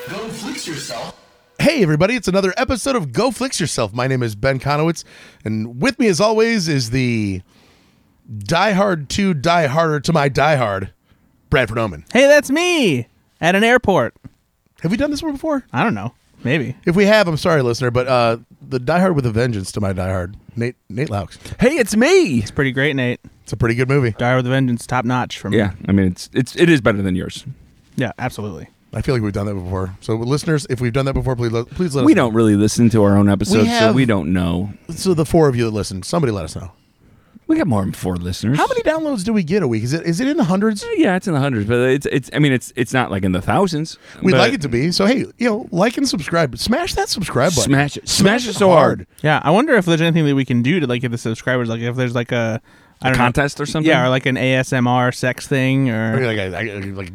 fix yourself. Hey, everybody, it's another episode of Go Flix Yourself. My name is Ben Conowitz, and with me, as always, is the Die Hard 2 Die Harder to my Die Hard, Bradford Oman. Hey, that's me at an airport. Have we done this one before? I don't know. Maybe. If we have, I'm sorry, listener, but uh, the Die Hard with a Vengeance to my Die Hard, Nate, Nate Laux. Hey, it's me. It's pretty great, Nate. It's a pretty good movie. Die with a Vengeance, top notch from Yeah, I mean it's it's it is better than yours. Yeah, absolutely. I feel like we've done that before. So, listeners, if we've done that before, please let, please let We us know. don't really listen to our own episodes, so have- we don't know. So, the four of you that listen, somebody let us know. We got more than four listeners. How many downloads do we get a week? Is it is it in the hundreds? Yeah, it's in the hundreds, but it's it's. I mean, it's it's not like in the thousands. We'd but like it to be. So, hey, you know, like and subscribe. Smash that subscribe button. smash it, smash, it so hard. Yeah, I wonder if there's anything that we can do to like get the subscribers. Like if there's like a, I A don't know. contest or something. Yeah, or like an ASMR sex thing Or or like, I, I, like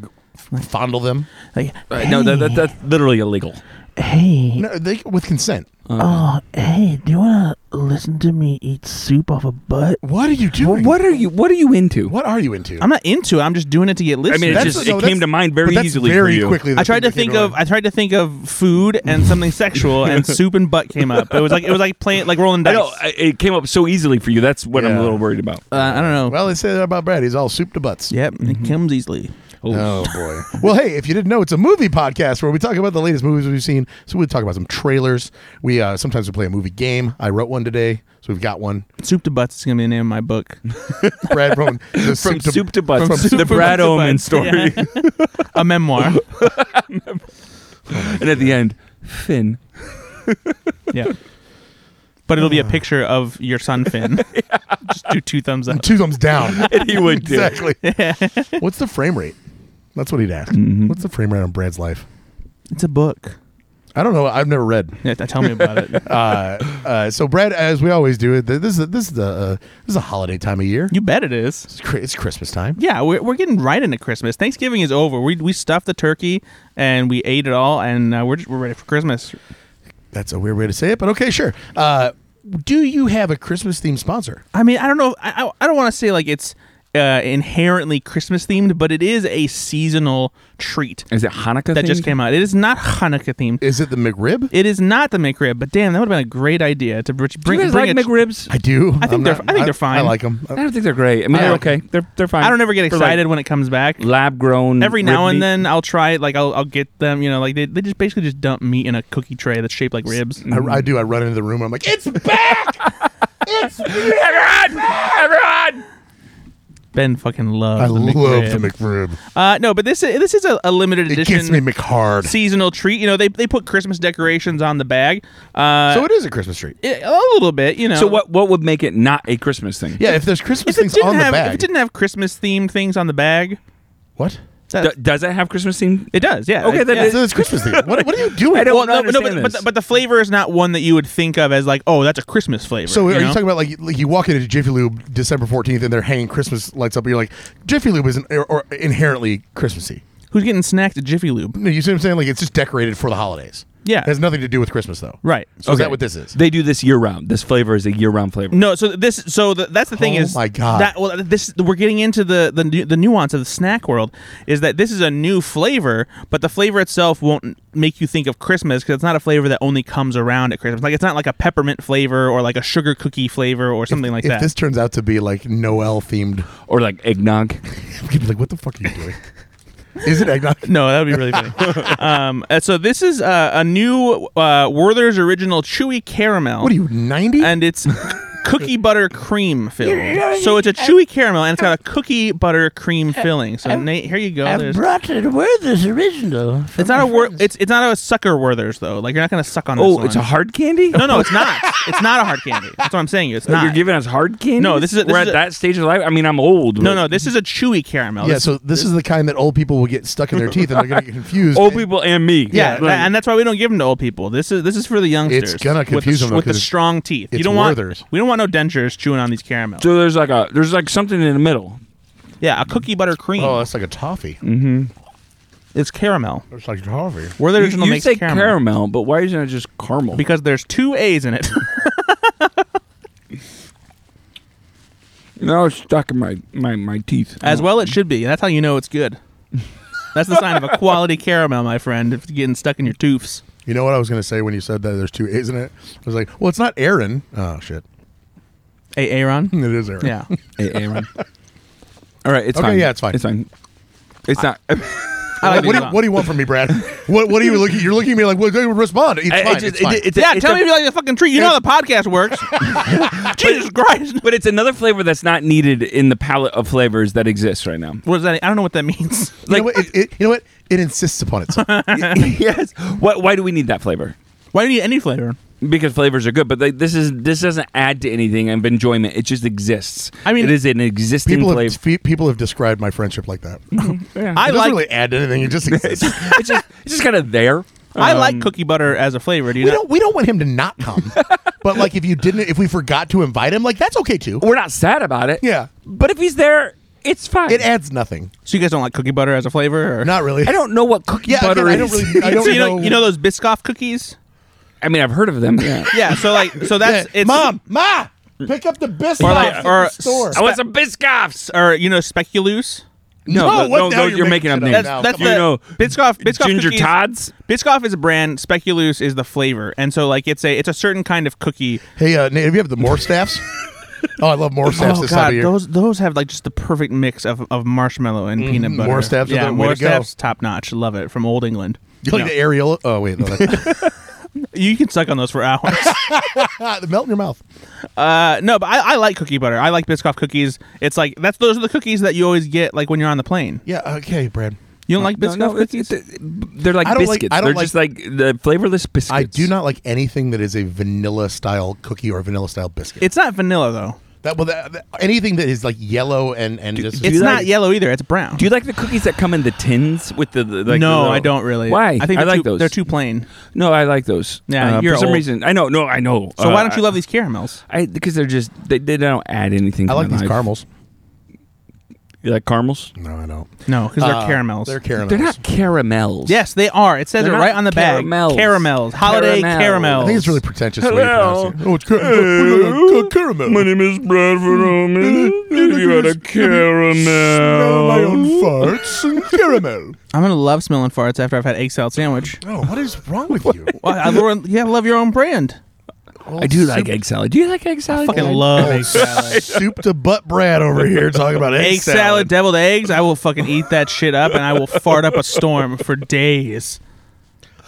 fondle them. like Uh, No, that, that, that's literally illegal. Hey, No, they with consent. uh, oh, hey, do you want to listen to me eat soup off a butt? What are you doing? What are you? What are you into? What are you into? I'm not into it. I'm just doing it to get I listeners. mean, it That's- just no, it that's- came to mind But very that's easily very for you. quickly. the I tried to thing that came think of mind. I tried to think of food and something sexual and soup and butt came up. It was like it was like playing like rolling I dice. know I, it came up so easily for you. That's what I'm Yeah. a little worried about. uh, I don't know. Well, they say that about Brad. He's all soup to butts. yep, it comes easily. Uh, Oh boy. well, hey, if you didn't know, it's a movie podcast where we talk about the latest movies we've seen. So we talk about some trailers. We uh, sometimes we play a movie game. I wrote one today, so we've got one. Soup to butts is gonna be the name of my book. Brad from the From to- soup to butts, From soup the to Brad butts. Omen story, Yeah. a memoir. and at the end, Finn. Yeah. But it'll be a picture of your son Finn. Just do two thumbs up. two thumbs down. And he would do. it. exactly. What's the frame rate? That's what he'd ask. Mm-hmm. What's the frame rate on Brad's life? It's a book. I don't know. I've never read. Yeah, t- tell me about it. Uh, uh, so Brad, as we always do, th- this is this is the uh, this is a holiday time of year. You bet it is. It's, cri- it's Christmas time. Yeah, we're, we're getting right into Christmas. Thanksgiving is over. We, we stuffed the turkey and we ate it all, and uh, we're just, we're ready for Christmas. That's a weird way to say it, but okay, sure. Uh, do you have a Christmas themed sponsor? I mean, I don't know. I, I, I don't want to say like it's uh, inherently Christmas themed, but it is a seasonal treat Is it Hanukkah? that just themed? came out. It is not Hanukkah themed. Is it the McRib? It is not the McRib, but damn, that would have been a great idea to br- Do bring, you guys bring like a- McRibs? I do. I think I'm they're- I think they're fine. I like Uh, them. I don't think they're great. I mean, I they're like okay. They're they're fine. I don't ever get For, like, excited when it comes back. lab grown. Every now and then I'll try it. Like I'll, I'll get them. You know, like they, they just basically just dump meat in a cookie tray that's shaped like ribs. I, I do. I run into the room. I'm like, it's Everyone, everyone. Ben fucking loves. I the love McRib. the McRib. Uh, no, but this is this is a, a limited It edition gets me McHard. seasonal treat. You know, they they put Christmas decorations on the bag. Uh, so it is a Christmas treat. it- a little bit. You know. So what what would make it not a Christmas thing? Yeah, if there's Christmas If it things didn't on the have if bag. it didn't have Christmas themed things on the bag, what? that, D- does it have Christmas theme? it does. Yeah. Okay, It- then yeah. Yeah, so it's Christmas theme. What, what are you doing? I don't Well, no, no, understand but, this. but the, but the flavor is not one that you would think of as like, oh, that's a Christmas flavor. So are you know? talking about like, like you walk into Jiffy Lube December fourteenth and they're hanging Christmas lights up? and You're like Jiffy Lube is an, or, or inherently Christmassy. who's getting snacked at Jiffy Lube? No, you see what I'm saying? Like it's just decorated for the holidays. Yeah. it has nothing to do with Christmas though. Right. So is that what this is? They do this year round. This flavor is a year round flavor. No, so this, so the, that's the thing Oh is, my God. that well, this we're getting into the, the nu- the nuance of the snack world is that this is a new flavor, but the flavor itself won't make you think of Christmas because it's not a flavor that only comes around at Christmas. Like it's not like a peppermint flavor or like a sugar cookie flavor or something like if that. this turns out to be like Noel themed, Mm-hmm. Or like eggnog. I'm gonna be like, what the fuck are you doing? is it eggnog? no, that would be really funny. um, uh, so this is uh, a new uh, Werther's original chewy caramel. What are you ninety? and it's cookie butter cream filled. So it's a chewy caramel and it's got a cookie butter cream filling. So Nate, here you go. I've There's- brought it Werther's original. it's not a wor- it's it's not a sucker Werther's though. Like you're not gonna suck on this Oh, one. it's a hard candy. No, no, it's not. It's not a hard candy. That's what I'm saying. It's Oh, You're not. giving us hard candy. No, this is a- this we're is at a- that stage of life. I mean, I'm old. no, but no, this is a chewy caramel. yeah. This- So this is the kind that old people will get stuck in their teeth and they're gonna get confused. Old people and me. yeah, Like, tha- and that's why we don't give them to old people. This is this is for the youngsters. gonna with the, confuse them, though, with the 'cause strong teeth. it's you don't want Werther's. we don't want no dentures chewing on these caramels. so there's like a there's like something in the middle. Yeah, a cookie butter cream. Oh, that's like a toffee. Mm. It's caramel. It's like a toffee. Werther's you original you makes say caramel. caramel. but why isn't it just caramel? because there's two A's in it. no, it's stuck in my my my teeth. Mm. As well, it should be. That's how you know it's good. That's the sign of a quality caramel, my friend. If it's getting stuck in your tooths. You know what I was gonna say when you said that? There's two A's in it. I was like, well, it's not Aaron. Oh shit, Hey, Aaron. it is Aaron. Yeah. A- Aaron. All right, it's Okay, fine. yeah, it's fine. It's fine. It's not. What, I like what do these you, songs. what do you want from me, Brad? What What are you looking? You're looking at me like, well, respond. It's I- I fine. just- it's fine. it- it's a- yeah, it's tell a- me if you like the fucking tree. You know how the podcast works. Jesus Christ. But it's another flavor that's not needed in the palette of flavors that exists right now. What is that? I don't know what that means. you, know like- what, it, it, you know what? It insists upon itself. yes. Why, why do we need that flavor? Why do you need any flavor? Because flavors are good, but they, this is this doesn't add to anything of enjoyment. It just exists. I mean- it is an existing people flavor. have fe- people have described my friendship like that. It I doesn't like really add to anything. It just exists. it's just it's just kind of there. I like cookie butter as a flavor. Do Um, you we know? don't we don't want him to not come. but like, if you didn't, if we forgot to invite him, like that's okay too. We're not sad about it. Yeah. But if he's there, it's fine. It adds nothing. So you guys don't like cookie butter as a flavor? Or? Not really. I don't know what cookie Yeah, again, butter I don't is. really. I don't so you know. know, you know those Biscoff cookies? I mean, I've heard of them. Yeah. Yeah. So like, so Yeah. that's it's mom, ma, pick up the biscuit Or like- from or the store. I want some Biscoffs. or you know Speculoos. No, No, no, what no, the no hell you're, making up shit names. up now? That's that's come you the know Biscoff Biscoff Ginger cookies. Todds. Biscoff is a brand. Speculoos is the flavor, and so like it's a it's a certain kind of cookie. Hey, uh, Nate, have you have the more staffs? oh, I love more staffs oh this time god, of year. those those have like just the perfect mix of, of marshmallow and peanut butter. Mm-hmm. More Stabs are yeah, the way more to go. stabs, top notch. Love it from Old England. you like No. the areola? Oh wait, no, that's, You can suck on those for hours. Ah, they melt in your mouth. Uh, no, but I, I like cookie butter. I like Biscoff cookies. It's like that's those are the cookies that you always get like when you're on the plane. Yeah. Okay, Brad. You don't like Biscoff it's- cookies? it's- they're like I don't like- biscuits. I don't they're like- just like the flavorless biscuits. I do not like anything that is a vanilla style cookie or vanilla style biscuit. it's not vanilla though. that well, that, that- anything that is like yellow and and just Do It's you not like- yellow either. It's brown. Do you like the cookies that come in the tins with the? the like the no, little- I don't really. Why? I think they're I like too, those. They're too plain. No, I like those. Yeah, Uh, you're for some old. reason I know. No, I know. So Uh, why don't you love these caramels? I because they're just they, they don't add anything. I to like my these life. caramels. You like caramels? No, I don't. No, because they're Uh, caramels. They're caramels. They're not caramels. yes, they are. It says They're it not right on the bag. caramels. Caramels. Holiday Caramels. caramels. I think it's really pretentious. The way you Hello. pronounce it. Oh, it's car- uh, caramel. name is Bradford Oman. You had a Smell my own caramel. farts and caramel. I'm gonna love smelling farts after I've had egg salad sandwich. Oh, what is wrong with you? well, I, Lauren, yeah, love your own brand. I do like egg salad. Do you like egg salad? Fucking Dad? love Oh, egg salad. soup to butt Brad over here talking about egg, egg salad. deviled eggs. I will fucking eat that shit up, and I will fart up a storm for days.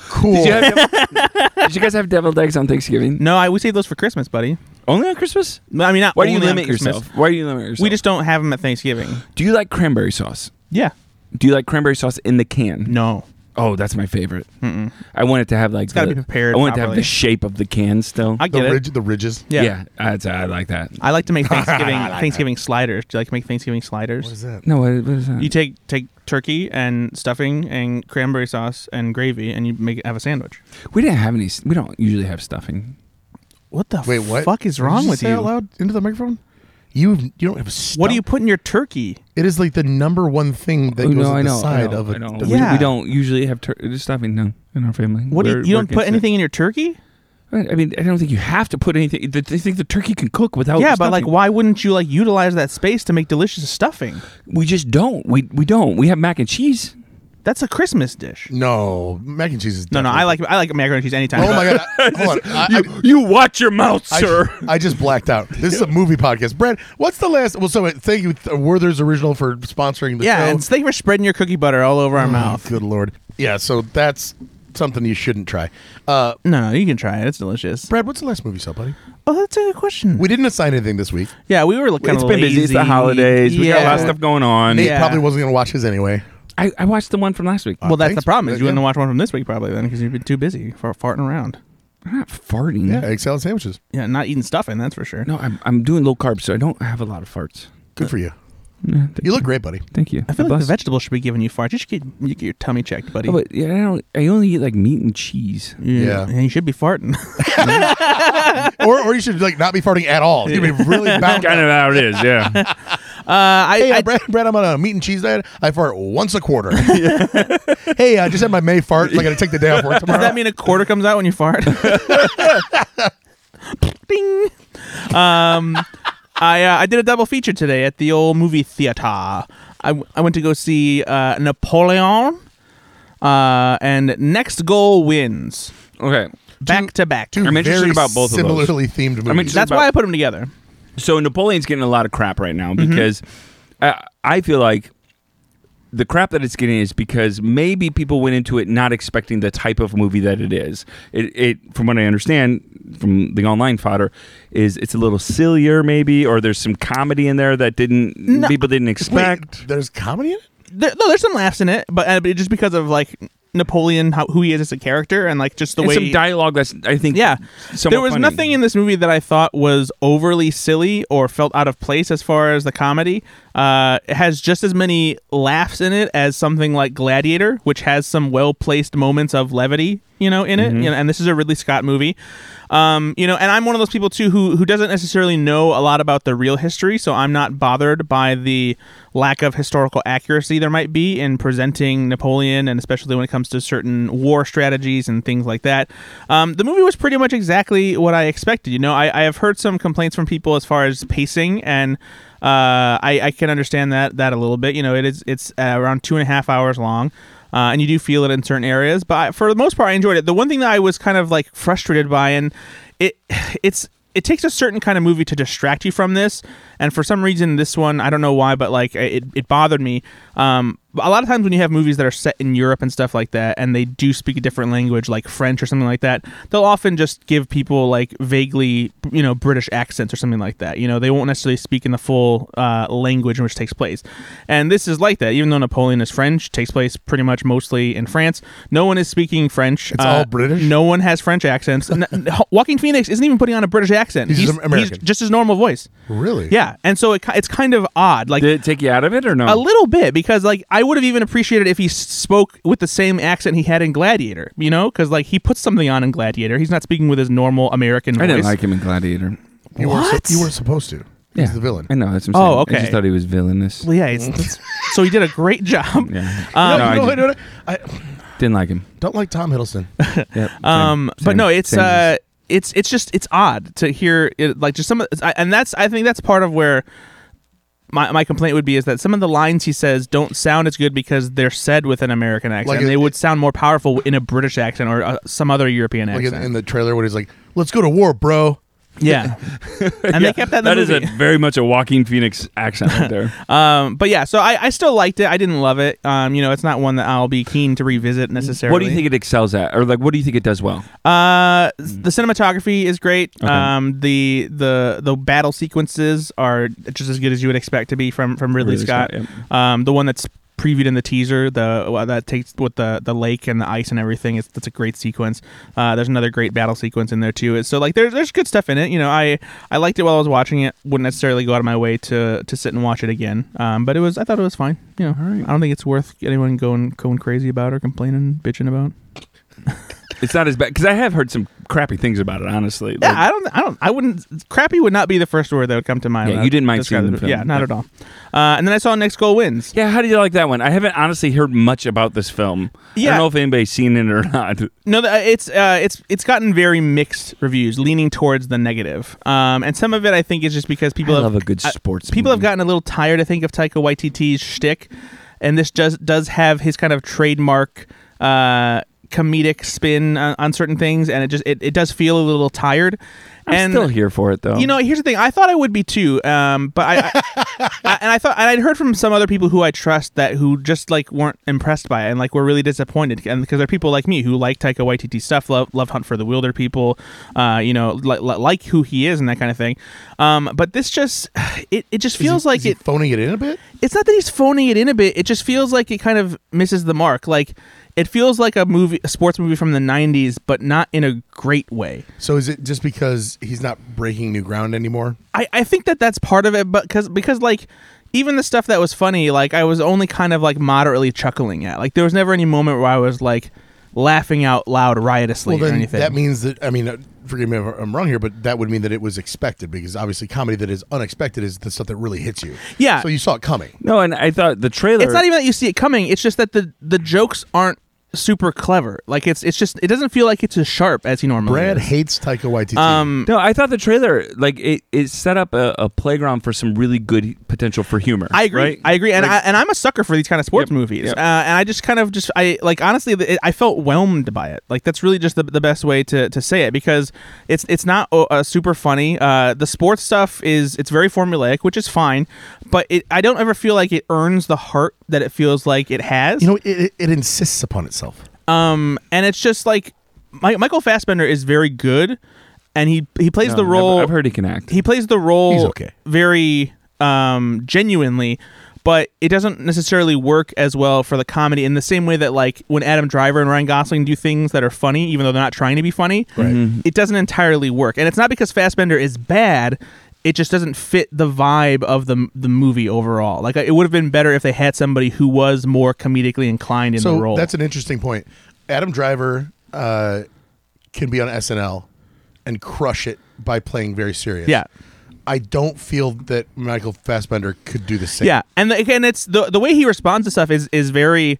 Cool. Did you, have devil- Did you guys have deviled eggs on Thanksgiving? No, I we save those for Christmas, buddy. Only on Christmas? No, I mean, not. Why do you only on limit Christmas. yourself? Why do you limit yourself? We just don't have them at Thanksgiving. Do you like cranberry sauce? Yeah. Do you like cranberry sauce in the can? No. Oh, that's my favorite. I want it to have like gotta the- be prepared I want it to have properly. the shape of the can still. I the, get it. ridge, the ridges. Yeah. that's, I like that. I like to make Thanksgiving Thanksgiving sliders. Do you like to make Thanksgiving sliders? What is that? No, what, what is that? You take take turkey and stuffing and cranberry sauce and gravy, and you make have a sandwich. we didn't have any. We don't usually have stuffing. What the Wait, what? fuck is Did wrong you with say you? Out loud into the microphone. You you don't have a. Stump. What do you put in your turkey? It is like the number one thing that Oh, goes no, on I the know. side I know, of I a. know. of We- a- Yeah. We, don't usually have tur- stuffing. No, in our family. What do you, We're- you we're don't put against anything in your turkey? Oh, it. I mean, I don't think you have to put anything. They they think the turkey can cook without. yeah, but like, stuffing. why wouldn't you like utilize that space to make delicious stuffing? we just don't. We we don't. We have mac and cheese. That's a Christmas dish. No, mac and cheese is. No, no, I like I like macaroni and cheese anytime. Oh but- my god! I- Hold on. I, I- you watch your mouth, I- I, just blacked out. This is a movie podcast. Brad, what's the last? Well, so wait, thank you, th- Werther's Original, for sponsoring the Yeah, show. and thank you for spreading your cookie butter all Oh over our mouth. Good lord. Yeah, so that's something you shouldn't try. Uh, No, no, you can try it. It's delicious. Brad, what's the last movie you saw, buddy? Oh, that's a good question. We didn't assign anything this week. yeah, we were kind of It's been busy. It's the holidays. We got a lot of stuff going on. Nate Yeah. probably wasn't going to watch his anyway. I, I watched the one from last week. Well, that's Thanks. the problem is you Yeah. wouldn't watch one from this week probably then because you've been too busy for farting around. I'm not farting. Yeah, egg salad sandwiches. Yeah, not eating stuffing. That's for sure. No, I'm, I'm doing low carb, so I don't have a lot of farts. Good for you. Yeah, thank You look great, buddy. Thank you. I feel like bless. the vegetables should be giving you farts. You should get, you get your tummy checked, buddy. Oh, but yeah, I don't. I only eat like meat and cheese. Yeah. you should be farting. Uh, or, or you should like not be farting at all. You'd be really bound. of how it is. Yeah. uh, I, Hey, uh, I Brad, Brad, I'm on a meat and cheese diet. I fart once a quarter. hey, uh, I just had my May fart. So I got to take the day off work tomorrow. Does that mean a quarter comes out when you fart? Ding. Um, I uh, I did a double feature today at the old movie theater. I, w- I went to go see uh, Napoleon, uh, and Next Goal wins Okay. back to back. Two I'm interested very about both of those. similarly themed movies. interested- That's why I put them together. So Napoleon's getting a lot of crap right now Mm-hmm. because I, I feel like the crap that it's getting is because maybe people went into it not expecting the type of movie that it is. It, it from what I understand from the online fodder, is it's a little sillier maybe, or there's some comedy in there that didn't people didn't Wait, expect. there's comedy in it. There, no, there's some laughs in it, but uh, but just because of like Napoleon, how, who he is as a character, and like just the And way some dialogue that's I think Yeah. somewhat there was funny. nothing in this movie that I thought was overly silly or felt out of place as far as the comedy. Uh, it has just as many laughs in it as something like Gladiator, which has some well placed moments of levity, you know, in it. Mm-hmm. You know, and this is a Ridley Scott movie. Um, you know, and I'm one of those people too who who doesn't necessarily know a lot about the real history, so I'm not bothered by the lack of historical accuracy there might be in presenting Napoleon, and especially when it comes to certain war strategies and things like that. Um, the movie was pretty much exactly what I expected. You know, I, I have heard some complaints from people as far as pacing and. Uh, I, I can understand that that a little bit. You know, it is it's uh, around two and a half hours long, uh, and you do feel it in certain areas. But I, for the most part, I enjoyed it. The one thing that I was kind of like frustrated by, and it it's it takes a certain kind of movie to distract you from this. And for some reason, this one I don't know why, but like it, it bothered me. Um, but a lot of times when you have movies that are set in Europe and stuff like that, and they do speak a different language, like French or something like that, they'll often just give people like vaguely, you know, British accents or something like that. You know, they won't necessarily speak in the full uh, language in which it takes place. And this is like that. Even though Napoleon is French, takes place pretty much mostly in France. No one is speaking French. uh, It's all British? No one has French accents. N- Walking Phoenix isn't even putting on a British accent. He's just American. just his normal voice. Really? Yeah, and so it, ki- it's kind of odd. Like Did it take you out of it or no? a little bit because like I would have even appreciated if he s- spoke with the same accent he had in Gladiator, you know, because like he puts something on in Gladiator. He's not speaking with his normal American voice. I didn't like him in Gladiator. You weren't, What? su- you weren't supposed to. He's the villain. I know that's what I'm saying. Oh, I okay. just thought he was villainous. Well, yeah, it's, it's- so he did a great job. Yeah. No, Um, No, you know I ju- what, no, no, I didn't like him. don't like Tom Hiddleston. Yep, same- um, but same- no, it's same uh, as- it's it's just it's odd to hear it like just some of I- and that's I think that's part of where my my complaint would be is that some of the lines he says don't sound as good because they're said with an American accent. Like and it- they would sound more powerful in a British accent or uh, some other European Like accent. in, in the trailer when he's like, "Let's go to war, bro." yeah, and they kept that. In the That is movie. a very much a Walking Phoenix accent right there. Um, but yeah, so I, I still liked it. I didn't love it. Um, you know, it's not one that I'll be keen to revisit necessarily. what do you think it excels at, or like what do you think it does well? Uh, the cinematography is great. Okay. Um, the the the battle sequences are just as good as you would expect to be from from Ridley, Ridley Scott. Scott, Um, the one that's previewed in the teaser, the well, that takes with the the lake and the ice and everything. It's that's a great sequence. Uh, there's another great battle sequence in there too. It's- So like there's there's good stuff in it. You know, I I liked it while I was watching it. Wouldn't necessarily go out of my way to to sit and watch it again. Um, but it was I thought it was fine. You know, I don't think it's worth anyone going going crazy about or complaining, bitching about. It's not as bad because I have heard some crappy things about it. Honestly, Like, Yeah, I don't, I don't, I wouldn't. Crappy would not be the first word that would come to mind. Yeah, when I you didn't mind described seeing the it. film. Yeah, not Yeah. at all. Uh, and then I saw Next Goal Wins. yeah. How do you like that one? I haven't honestly heard much about this film. I Yeah. don't know if anybody's seen it or not. No, th- it's uh, it's it's gotten very mixed reviews, leaning towards the negative. Um, and some of it I think is just because people I have love a good I- sports people have movie. gotten a little tired, I think, of Taika Waititi's shtick, and this does does have his kind of trademark. Uh, comedic spin on, on certain things and it just it, it does feel a little tired I'm and still here for it though. Um, You know, here's the thing. I thought I would be too, um, but I, I, I and I thought and I'd heard from some other people who I trust that who just like weren't impressed by it and like were really disappointed. And because there are people like me who like Taika Waititi stuff, love love Hunt for the Wilder people, uh, you know, li- li- like who he is and that kind of thing. Um, but this just it, it just Is he- feels like is he it phoning it in a bit. it's not that he's phoning it in a bit. It just feels like it kind of misses the mark. Like it feels like a movie, a sports movie from the '90s, but not in a great way. So is it just because he's not breaking new ground anymore? I, I think that that's part of it, but because because like even the stuff that was funny, like I was only kind of like moderately chuckling at. Like there was never any moment where I was like laughing out loud riotously Well, or then anything. that means that I mean, uh, forgive me if I'm wrong here, but that would mean that it was expected because obviously comedy that is unexpected is the stuff that really hits you. Yeah. So you saw it coming. no, and I thought the trailer. it's not even that you see it coming. It's just that the the jokes aren't super clever. Like it's it's just it doesn't feel like it's as sharp as he normally Brad is. hates Taika Waititi. Um, No, I thought the trailer like it, it set up a, a playground for some really good potential for humor. I agree. right? I agree, and I, and I'm a sucker for these kind of sports Yep. movies. Yep. Uh, and I just kind of just I like honestly, the- it, I felt whelmed by it. Like that's really just the, the best way to, to say it because it's it's not oh, uh, super funny. Uh, the sports stuff is it's very formulaic, which is fine, but it I don't ever feel like it earns the heart that it feels like it has. you know, it, it, it insists upon itself. Um, and it's just like Mi- Michael Fassbender is very good, and he he plays No, the I've- role. I've, heard he can act. he plays the role He's okay. very um, genuinely, but it doesn't necessarily work as well for the comedy in the same way that like when Adam Driver and Ryan Gosling do things that are funny, even though they're not trying to be funny, Right. it doesn't entirely work. And it's not because Fassbender is bad. It just doesn't fit the vibe of the the movie overall. Like it would have been better if they had somebody who was more comedically inclined in so the role. that's an interesting point. Adam Driver uh, can be on SNL and crush it by playing very serious. yeah. I don't feel that Michael Fassbender could do the same. Yeah, and the, and it's the the way he responds to stuff is is very.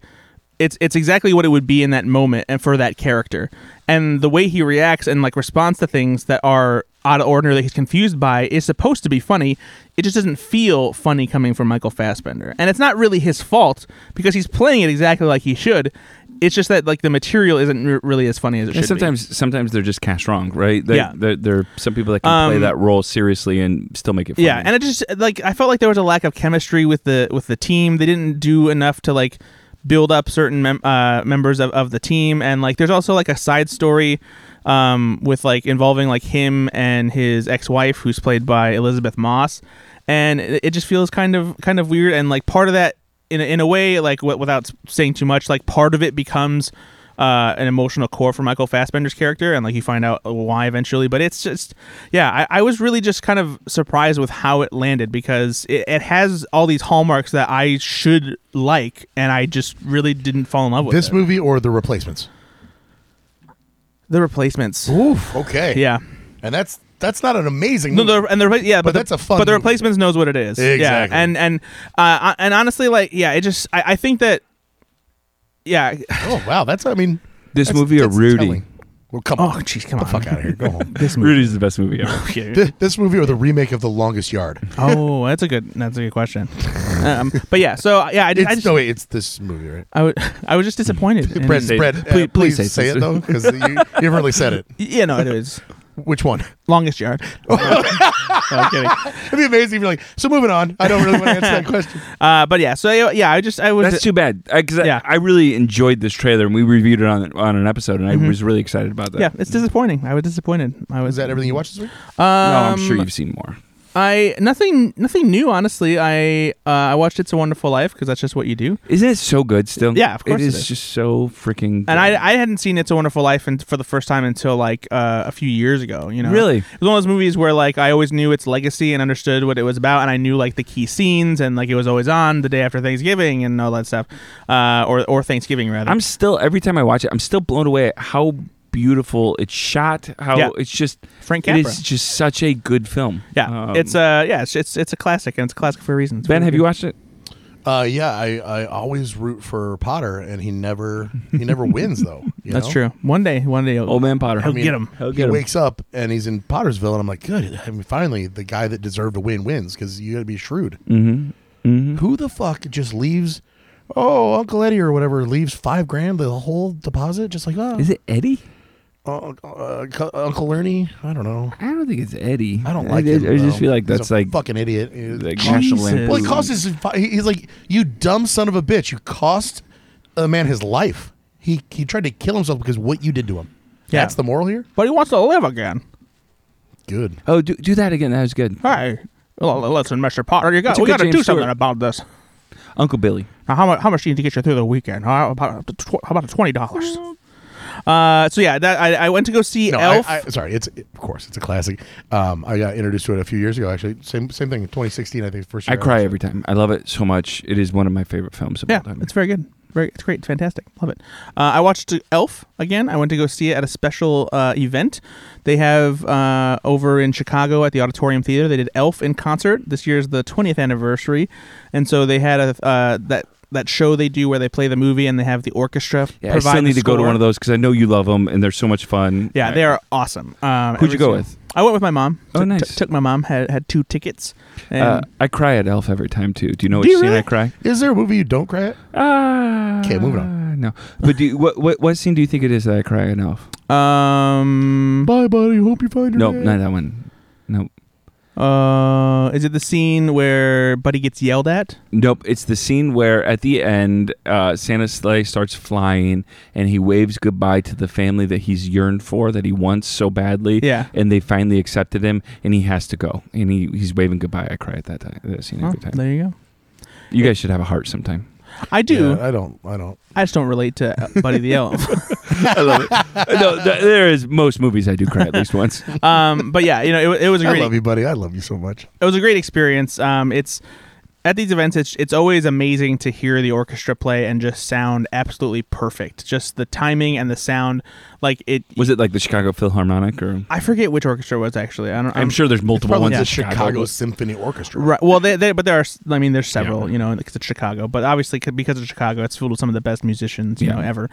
It's it's exactly what it would be in that moment and for that character, and the way he reacts and like responds to things that are out of order that he's confused by is supposed to be funny. It just doesn't feel funny coming from Michael Fassbender, and it's not really his fault because he's playing it exactly like he should. It's just that like the material isn't r- really as funny as it And should. be. sometimes, sometimes they're just cast wrong, right? They, Yeah. there, there are some people that can play Um, that role seriously and still make it. Funny. Yeah, and it just like I felt like there was a lack of chemistry with the with the team. They didn't do enough to like build up certain mem- uh, members of, of the team, and like there's also like a side story um, with like involving like him and his ex wife, who's played by Elizabeth Moss, and it, it just feels kind of kind of weird. And like part of that, in a, in a way, like w- without saying too much, like part of it becomes. Uh, an emotional core for Michael Fassbender's character, and like you find out uh, why eventually. But it's just, yeah, I, I was really just kind of surprised with how it landed because it, it has all these hallmarks that I should like, and I just really didn't fall in love with This it. movie or The Replacements? The replacements, Oof. Okay. yeah, And that's that's not an amazing. no, movie. the, and the repla- yeah, but, But the, that's a fun But the movie. replacements knows what it is, Exactly. Yeah, and and uh, and honestly, like, yeah, it just I, I think that, yeah, oh wow, that's I mean, this that's- movie or that's Rudy? telling. Well, come oh on, jeez, come the on, fuck out of here, go home. this movie. Rudy's the best movie ever. Th- this movie or the remake of The Longest Yard? oh, that's a good that's a good question. Um, but yeah, so yeah, I, It's, just I just no, wait, it's this movie, right? I, w- I was just disappointed. in- Brett, say it. Brett, uh, Please- please please, say say it. it though, because you, you haven't really said it. yeah, no, it is Which one? longest yard. No, I'm kidding. It'd be amazing if you're like, so moving on. I don't really want to answer that question. Uh, but yeah, so I- yeah, I just I was That's too bad. I, 'cause I- Yeah. I, really enjoyed this trailer, and we reviewed it on on an episode, and I was really excited about that. Mm-hmm. yeah, it's disappointing. I was disappointed. I was Is that everything you watched this week? no, Um, Oh, I'm sure you've seen more. I nothing nothing new honestly. I uh, I watched It's a Wonderful Life because that's just what you do. Isn't it so good still? Yeah, of course it it is. is. just so freaking. Good. And I, I hadn't seen It's a Wonderful Life and for the first time until like uh, a few years ago. You know, Really? it was one of those movies where like I always knew its legacy and understood what it was about, and I knew like the key scenes and like it was always on the day after Thanksgiving and all that stuff, uh, or or Thanksgiving rather. I'm still every time I watch it, I'm still blown away at how beautiful it's shot. How Yeah. it's just Frank it Capra. is just such a good film. yeah, Um, it's uh yeah it's, it's it's a classic and it's a classic for a reason. It's Ben, really have good. you watched it? Uh, yeah, I, I always root for Potter, and he never he never wins though. you That's know? true. One day, one day. Old Oh, Man Potter. He'll get him. He'll He get him. wakes up and he's in Pottersville, and I'm like, good. I mean, finally, the guy that deserved to win wins because you got to be shrewd. Mm-hmm. Mm-hmm. Who the fuck just leaves? Oh, Uncle Eddie or whatever leaves five grand the whole deposit, just like oh, Is it Eddie? oh, uh, Cu- Uncle Ernie. I don't know. I don't think it's Eddie. I don't like I, him. I just though. feel like He's that's a like fucking idiot. like Cost- National Jesus. Lampoon. well, he cost his. he- He's like you, dumb son of a bitch. You cost a man his life. He he tried to kill himself because what you did to him. Yeah. That's the moral here. But he wants to live again. Good. Oh, do, do that again. That was good. Hey, well, listen, Mister Potter, you got It's a we good got to James do something Stewart. about this. Uncle Billy. Now, how much how much do you need to get you through the weekend? How about the tw- how about the twenty dollars? Uh, so yeah, that I, I went to go see No, Elf. I, I, sorry. It's of course it's a classic. Um, I got introduced to it a few years ago. Actually, same same thing. in 2016, I think. First year I cry watched it. every time. I love it so much. It is one of my favorite films of yeah, all time. it's very good. Very, it's great. It's fantastic. Love it. Uh, I watched Elf again. I went to go see it at a special uh, event they have uh, over in Chicago at the Auditorium Theater. They did Elf in concert. This year is the 20th anniversary, and so they had a uh, that that show they do where they play the movie and they have the orchestra. Yeah, I still need to go to one of those because I know you love them and they're so much fun. uh, Yeah, they are awesome. Um, Who'd you every go single- with? I went with my mom. Oh, Took- nice. took- took my mom. Had had two tickets. And Uh, I cry at Elf every time too. Do you know which Do you scene really? I cry? Is there a movie you don't cry at? Ah, 'Kay, moving on. No, but do you, what what what scene do you think it is that I cry at Elf? um, Bye, buddy. Hope you find your No, dad. not that one. No, uh, is it the scene where Buddy gets yelled at? nope. It's the scene where at the end, uh, Santa's sleigh starts flying and he waves goodbye to the family that he's yearned for, that he wants so badly. Yeah. and they finally accepted him, and he has to go, and he, he's waving goodbye. I cry at that time. That scene Well, every time. there you go. You guys should have a heart sometime. I do. Yeah, I don't. I don't. I just don't relate to uh, Buddy the Elf. I love it. no, th- there is most movies I do cry at least once. um, but yeah, you know, it, wa- it was a I great love you, buddy. I love you so much. it was a great experience. Um, it's at these events, it's it's always amazing to hear the orchestra play and just sound absolutely perfect. Just the timing and the sound, like it. Was it like the Chicago Philharmonic or? I forget which orchestra it was actually. I don't. I'm sure there's multiple Probably ones. the in Chicago, Symphony Orchestra. Right. Well, they, they, but there are. s- I mean, there's several. You know, because it's Chicago, but obviously c- because it's Chicago, it's filled with some of the best musicians you Yeah. know ever.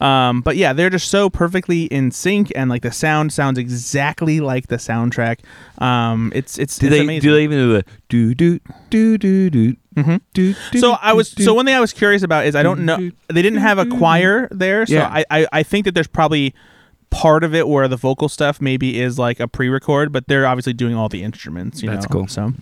Um, but yeah, they're just so perfectly in sync, and like the sound sounds exactly like the soundtrack. Um, it's it's. Do it's they amazing. do they even do the do do do do do Mhm. do? do, so I was do, so one thing I was curious about is I don't know Doo-doo. they didn't have a choir there, so Yeah. I, I I think that there's probably part of it where the vocal stuff maybe is like a pre-record, but they're obviously doing all the instruments. You That's know? cool. So,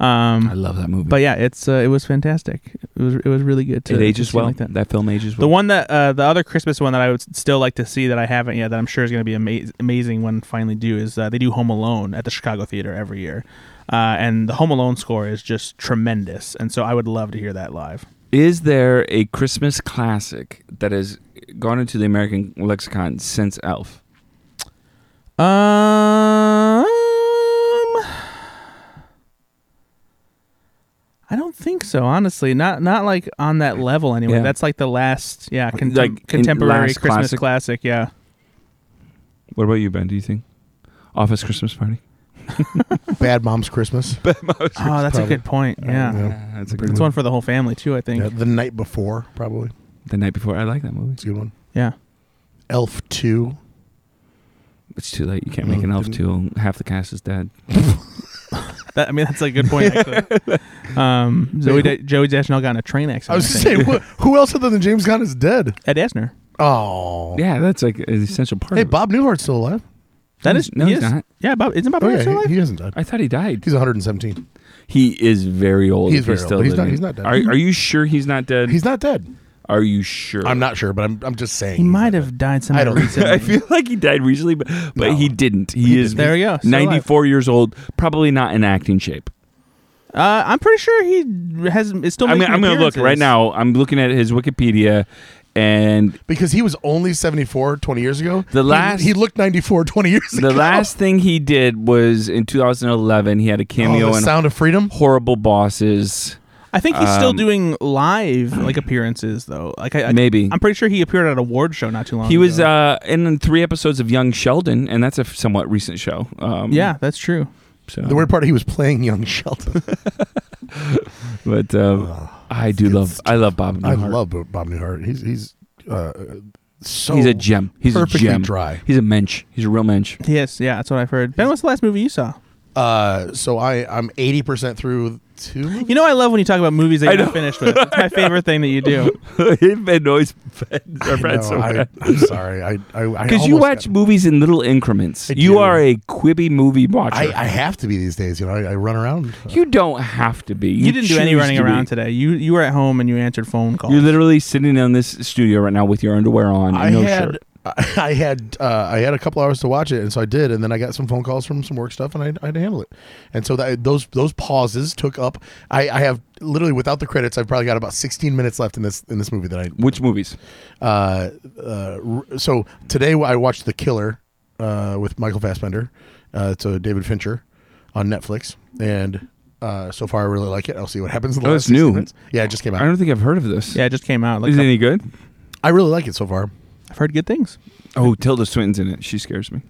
I um, love that movie. but yeah, it's uh, it was fantastic. It was it was really good. To, it to ages see well. like that. that. film ages The well. one that uh, the other Christmas one that I would s- still like to see that I haven't yet that I'm sure is going to be ama- amazing when finally do is uh, they do Home Alone at the Chicago Theater every year, uh, and the Home Alone score is just tremendous, and so I would love to hear that live. Is there a Christmas classic that has gone into the American lexicon since Elf? Um, I don't think so. Honestly, not not like on that level anyway. Yeah. That's like the last, yeah, contem- Like, in- contemporary last Christmas classic? classic. Yeah, What about you, Ben? Do you think Office Christmas Party? Bad Mom's Christmas. oh, that's probably. a good point. Yeah, Yeah. that's a good it's one. one for the whole family too. I think. Yeah, the night before, probably. The night before, I like that movie. It's a good one. Yeah. Elf two. It's too late. You can't No, make an Elf didn't- Oh. till half the cast is dead. That, I mean, that's a good point. Actually, um, Zoe da- Joey Dashnell got in a train I accident. was just think. saying, who, who else other than James Gunn is dead? Ed Asner. Oh, Yeah, that's like an essential part. Hey, of it. Bob Newhart's still alive. That No, is no, he he's is- not. Yeah, Bob isn't Bob Oh, Iger yeah, still alive? he, he hasn't died. I thought he died. He's 117. He is very old. He's if very he's old, still but he's not- living. he's not dead. Are, are you sure he's not dead? He's not dead. are you sure? I'm not sure, but I'm, I'm just saying. He he's might not have dead. died I somewhere don't- recently. I feel like he died recently, but, but No. he didn't. He, is There you go. Still alive. 94 years old, probably not in acting shape. Uh, I'm pretty sure he has is still. I mean, making I'm going to look appearances. right now. I'm looking at his Wikipedia, and Because he was only 74 20 years ago. The He- last- He, looked 94 20 years ago. the last thing he did was in 2011. He had a cameo oh, the in Sound of Freedom. Horrible Bosses. I think he's still Um, doing live like appearances though. Like I, I Maybe. I'm pretty sure he appeared at an award show not too long. He ago. was uh, in three episodes of Young Sheldon, and that's a somewhat recent show. Um, yeah, that's true. So, The weird part, he was playing young Shelton. but uh, Oh, I do Good love, I love Bob. I Newhart. love Bob Newhart. He's he's uh, so He's a gem. He's a perfectly gem. dry. He's a mensch. He's a real mensch. Yes, yeah, that's what I've heard. Ben, what's the last movie you saw? Uh, so I I'm 80 percent through two. movies. You know, I love when you talk about movies that I you're know. not finished with. It's my favorite thing that you do. Him and noise friends are No, friends so I, bad. I'm sorry. I I Because you watch movies in little increments. I you do. are a quibby movie watcher. I, I have to be these days. You know, I, I run around. you don't have to be. You, You, didn't do any choose running to be. around today. You you were at home and you answered phone calls. You're literally sitting in this studio right now with your underwear on and I no had shirt. I had uh, I had a couple hours to watch it, and so I did. And then I got some phone calls from some work stuff, and I, I had to handle it. And so that those those pauses took up. I, I have literally without the credits, I've probably got about 16 minutes left in this in this movie that I Which movies? uh, uh, r- so today I watched The Killer uh, with Michael Fassbender. Uh, it's a David Fincher on Netflix, and uh, so far I really like it. I'll see what happens. In the Oh, last it's new. 60 minutes. Yeah, it just came I out. don't think I've heard of this. yeah, it just came out. Like, Is it any good? I really like it so far. I've heard good things. Oh, Tilda Swinton's in it. She scares me.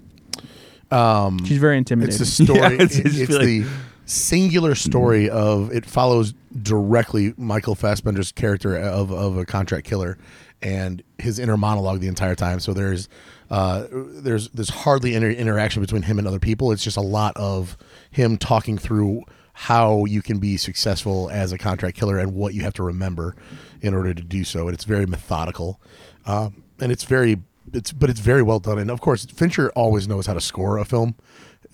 Um, She's very intimidating. Mm. it's the story. Yeah, it's- it- it's it's like- the singular story of it follows directly Michael Fassbender's character of, of a contract killer and his inner monologue the entire time. So there's uh, there's there's hardly any interaction between him and other people. It's just a lot of him talking through how you can be successful as a contract killer and what you have to remember in order to do so. And it's very methodical, um, and it's very it's but it's very well done. And of course, Fincher always knows how to score a film.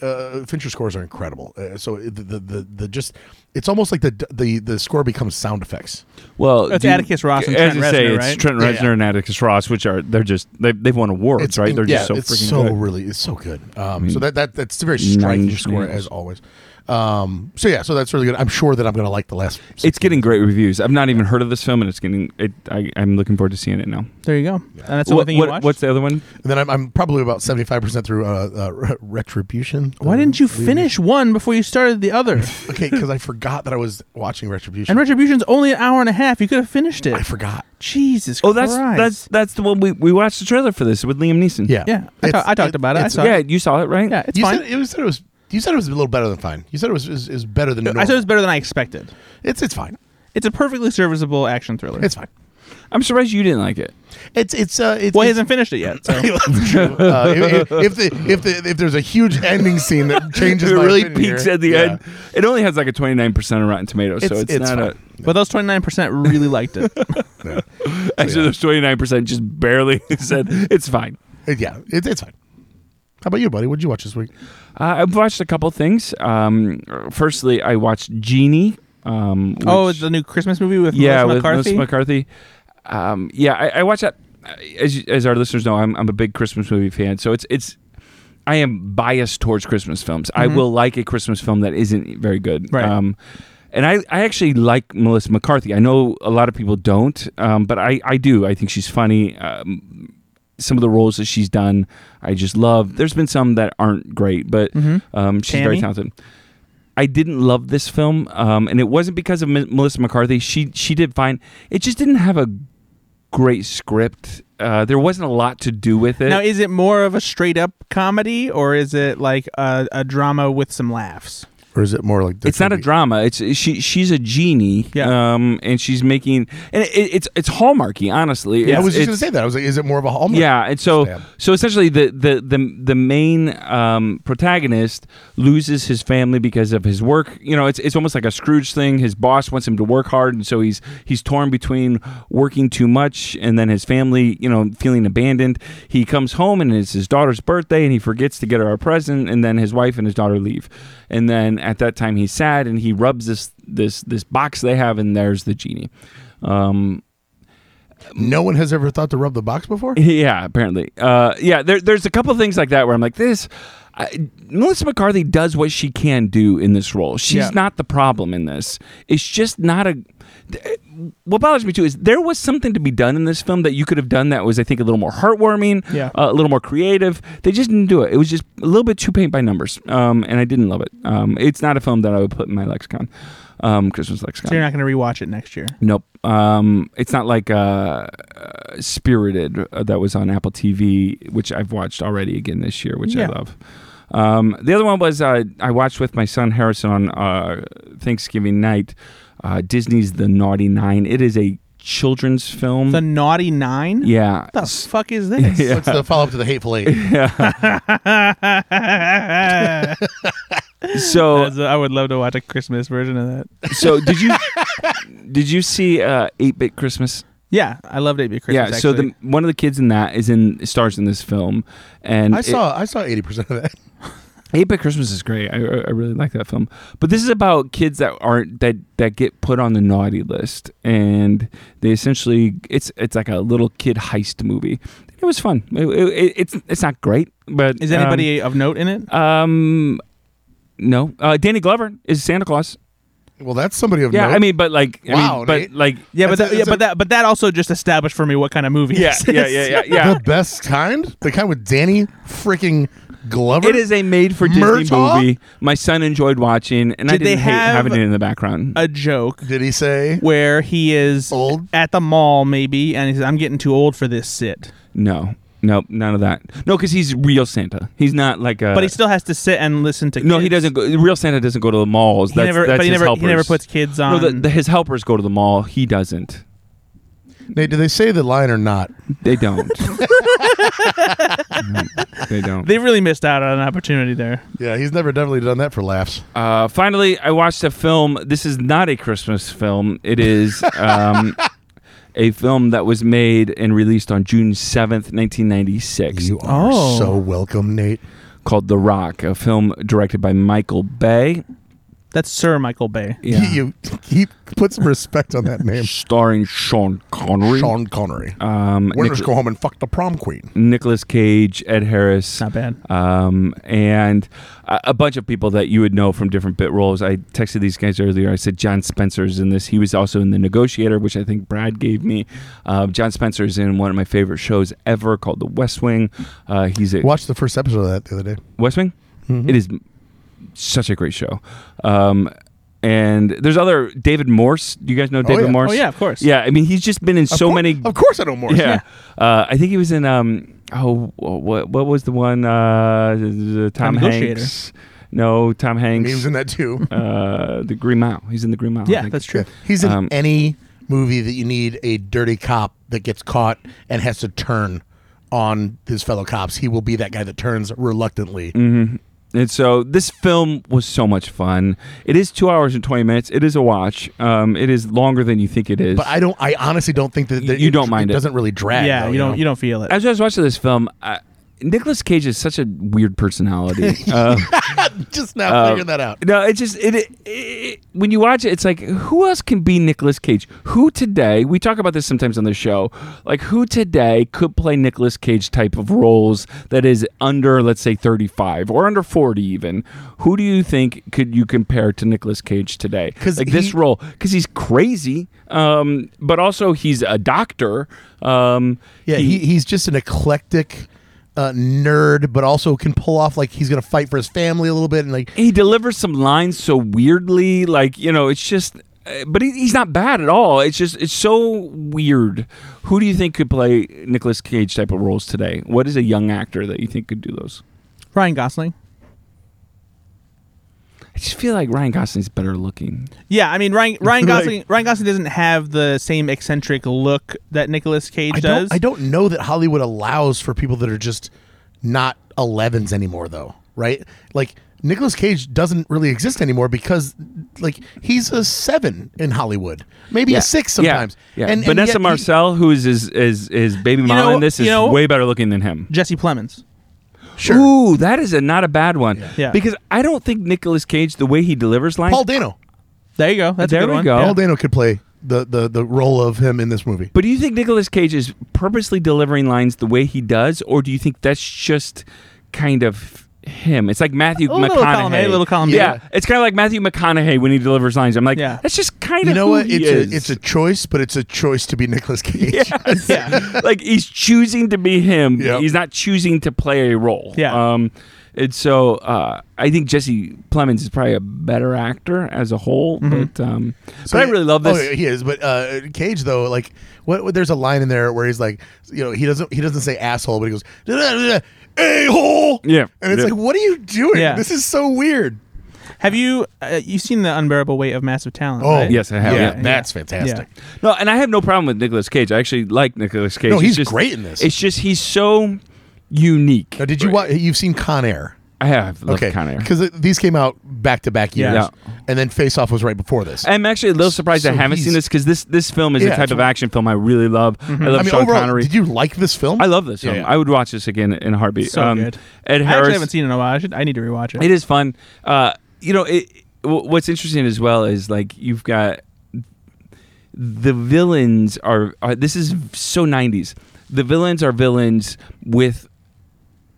Uh, Fincher scores are incredible. Uh, so the, the the the just it's almost like the the the score becomes sound effects. Well, That's do you- Atticus Ross and as Trent I say, Reznor, it's right? Trent Yeah. Reznor and Atticus Ross, which are they're just they, they've won awards, It's right? in- They're just so it's freaking so good. really it's so good. Um, Mm-hmm. so that that that's a very striking Nine score Snails. as always. Um, so yeah, so that's really good. I'm sure that I'm gonna like the last. It's getting great reviews. I've not even heard of this film, and it's getting. It, I, I'm looking forward to seeing it now. There you go. And that's the What- only thing you what- watched. Oh, what's the other one? And then I'm, I'm probably about 75 percent through uh, uh, Re- Retribution. Why Uh, didn't you Legion. finish one before you started the other? Okay, because I forgot that I was watching Retribution. and Retribution's only an hour and a half. You could have finished it. I forgot. Jesus Oh, that's Christ. that's that's the one we, we watched the trailer for this with Liam Neeson. Yeah, Yeah, I, It's- ta- I talked about it. I it's- saw yeah, it. you saw it, right? Yeah, it's you fine. said it was said it was. You said it was a little better than fine. You said it was is, is better than normal. I said it was better than I expected. it's it's fine. It's a perfectly serviceable action thriller. It's fine. I'm surprised you didn't like it. It's it's uh it's well, it's- he hasn't finished it yet. So. That's true. Uh, if, if, if the if the if there's a huge ending scene that changes, It my really opinion peaks here, at the yeah. end. It only has like a 29 percent on Rotten Tomatoes, so it's, It's- it's not fine. a. But those 29% really liked it. Yeah, Actually, those 29 percent just barely said it's fine. It- Uh, yeah it, it's fine. How about you, buddy? What'd you watch this week? Uh, I've watched a couple things. Um, firstly, I watched Genie. Um, oh, which- the new Christmas movie with yeah, Melissa with McCarthy. Melissa McCarthy. Um, yeah, I, I watch that. As, you- as our listeners know, I'm, I'm a big Christmas movie fan, so it's it's. I am biased towards Christmas films. I will like a Christmas film that isn't very good. Mm-hmm. Right. Um, and I, I actually like Melissa McCarthy. I know a lot of people don't, um, but I, I do. I think she's funny. Um, some of the roles that she's done, I just love. There's been some that aren't great, but Mhm. um, she's very Tammy? talented. I didn't love this film, um, and it wasn't because of M- Melissa McCarthy. She she did fine. It just didn't have a great script. Uh, there wasn't a lot to do with it. Now, is it more of a straight up comedy or is it like a, a drama with some laughs? Or is it more like it's not a drama. It's she. She's a genie. Yeah. Um, and she's making and it, it's it's hallmarky. Honestly. I It's- was just gonna it's- say that. I was like, is it more of a Hallmark? Yeah, and so Stab. so essentially the the the, the main um, protagonist loses his family because of his work. You know, it's it's almost like a Scrooge thing. His boss wants him to work hard, and so he's he's torn between working too much and then his family, you know, feeling abandoned. He comes home and it's his daughter's birthday, and he forgets to get her a present, and then his wife and his daughter leave, and then at that time he's sad, and he rubs this this this box they have, and there's the genie. Um, No one has ever thought to rub the box before. yeah, apparently. Uh, yeah, there, there's a couple of things like that where I'm like, this. I, Melissa McCarthy does what she can do in this role. She's Yeah. not the problem in this. It's just not a. th- What bothers me too is there was something to be done in this film that you could have done that was, I think, a little more heartwarming, Yeah. uh, a little more creative. They just didn't do it. It was just a little bit too paint by numbers, um, and I didn't love it. Um, it's not a film that I would put in my lexicon, um, Christmas lexicon. So you're not going to rewatch it next year. Nope. Um, it's not like uh, uh, Spirited uh, that was on Apple TV, which I've watched already again this year, which Yeah. I love. Um, the other one was uh, I watched with my son Harrison on uh, Thanksgiving night. Uh, Disney's The Naughty Nine. It is a children's film. The Naughty Nine? yeah. What the fuck is this? Yeah. What's the follow up to the Hateful Eight? So That's- I would love to watch a Christmas version of that. so did you did you see uh, Eight Bit Christmas? Yeah, I loved it. Be Christmas. yeah. So actually. the one of the kids in that is in stars in this film, and I it- saw I saw eighty percent of that. Eight Bit Christmas is great. I, I really like that film. But this is about kids that aren't that that get put on the naughty list, and they essentially it's it's like a little kid heist movie. It was fun. It- it- it's it's not great, but is anybody of note in it? Um, um, no, uh, Danny Glover is Santa Claus. Well, that's somebody of Yeah, note. I mean, but like, I Wow, mean, but Nate. like, Yeah, but It's a- that, yeah, it's a- but that but that also just established for me what kind of movie. yeah, this yeah, is. yeah, yeah, yeah. the best kind, the kind with Danny freaking Glover. It is a made-for-Disney Murtaugh? movie. My son enjoyed watching, and I Did didn't they hate have having it in the background. A joke Did he say? where he is Old? at the mall maybe, and he says, "I'm getting too old for this." Sit. no, Nope, none of that. No, because he's real Santa. He's not like a. but he still has to sit and listen to. Uh, No, he kids. doesn't. Go, real Santa doesn't go to the malls. He that's, never, that's but he his never helpers. he never puts kids on. No, the, the, his helpers go to the mall. He doesn't. Nate, do they say the line or not? They don't. No, they don't. they really missed out on an opportunity there. Yeah, he's never definitely done that for laughs. Uh, finally, I watched a film. This is not a Christmas film. It is um, a film that was made and released on June 7th, 1996, You are Oh. so welcome, Nate. called The Rock, a film directed by Michael Bay. That's Sir Michael Bay. Yeah. You keep put some respect on that name. Starring Sean Connery. Sean Connery. Um, Winners go home and fuck the prom queen. Nicholas Cage, Ed Harris, Not bad. um, and a, a bunch of people that you would know from different bit roles. I texted these guys earlier. I said John Spencer's in this. He was also in The Negotiator, which I think Brad gave me. Uh, John Spencer's in one of my favorite shows ever called The West Wing. Uh, he's a Watched the first episode of that the other day. West Wing. Mm-hmm. Mhm. It is such a great show. Um, and there's other David Morse. Do you guys know David yeah. Morse? Oh yeah, of course. Yeah, I mean he's just been in Of so cour- many Of course, I know more. yeah. Uh, I think he was in um oh what what was the one uh the Tom Negotiator. Hanks? No, Tom Hanks. He was in that too. uh the Green Mile. He's in the Green Mile. I Yeah, think. that's true. He's in Um, any movie that you need a dirty cop that gets caught and has to turn on his fellow cops. He will be that guy that turns reluctantly. Mm. And so this film was so much fun. It is two hours and twenty minutes. It is a watch. Um, it is longer than you think it is. But I don't. I honestly don't think that, that You don't mind it. Doesn't really drag. yeah. though, you don't know? you don't feel it. as I was watching this film, I, Nicolas Cage is such a weird personality. uh, Just now figuring that out. No, it's just it, it, it. When you watch it, it's like who else can be Nicolas Cage? Who today? We talk about this sometimes on the show. Like who today could play Nicolas Cage type of roles that is under, let's say, thirty five or under forty even. Who do you think could you compare to Nicolas Cage today? 'Cause like this he- role, because he's crazy, um, but also he's a doctor. Um, Yeah, he, he's just an eclectic uh, nerd, but also can pull off like he's gonna fight for his family a little bit and like he delivers some lines so weirdly like you know it's just uh, but he, he's not bad at all it's just it's so weird who do you think could play Nicolas cage type of roles today what is a young actor that you think could do those Ryan Gosling. i just feel like ryan gosling's better looking Yeah, I mean Ryan Ryan Like- Gosling Ryan Gosling doesn't have the same eccentric look that Nicolas Cage I does. don't, I don't know that Hollywood allows for people that are just not 11s anymore, though, right? Like, Nicolas Cage doesn't really exist anymore because, like, he's a seven in Hollywood, maybe a six sometimes. yeah, yeah. vanessa yet he- marcel who is his, his, his baby mom know- in this is you know- way better looking than him Jesse Plemons. sure. Ooh, that is a not a bad one. Yeah. Because I don't think Nicolas Cage, the way he delivers lines, Paul Dano. There you go. That's There a good we one. go. Yeah. Paul Dano could play the, the, the role of him in this movie. But do you think Nicolas Cage is purposely delivering lines the way he does, or do you think that's just kind of him? It's like Matthew A McConaughey. little column A, little column B. yeah. it's kind of like Matthew McConaughey when he delivers lines. I'm like, Yeah. that's just kind You of know who what? he It's is. a, it's a choice, but it's a choice to be Nicolas Cage. Yes. like he's choosing to be him. Yep. He's not choosing to play a role. Yeah. Um, and so uh, I think Jesse Plemons is probably a better actor as a whole. Mm-hmm. But um, So but I he- really love this. Oh, yeah, he is, but uh, Cage though, like, what, what? There's a line in there where he's like, you know, he doesn't he doesn't say asshole, but he goes a hole. Yeah. and it's Yeah. like, what are you doing? Yeah. This is so weird. Have you uh, you seen the unbearable weight of massive Oh, talent? right? Oh. yes, I have, yeah. that's fantastic. Yeah. No, and I have no problem with Nicolas Cage. I actually like Nicolas Cage. No, It's he's just- great in this. It's just he's so unique. Now, did you watch? You've seen Con Air? I have loved Okay, Con Air. because these came out back to back years, Yeah. and then Face Off was right before this. I'm actually a little surprised I So haven't seen he's- this because this this film is Yeah, a type it's- Mm-hmm. of action film I really love. I love I mean, Sean overall, Connery. did you like this film? I love this film. yeah. I would watch this again in a heartbeat. So good. um, Ed I Harris. actually haven't seen it in a while. I, should, I need to rewatch it. It is fun. Uh, you know, it, w- what's interesting as well is like you've got the villains are, are this is so 90s. The villains are villains with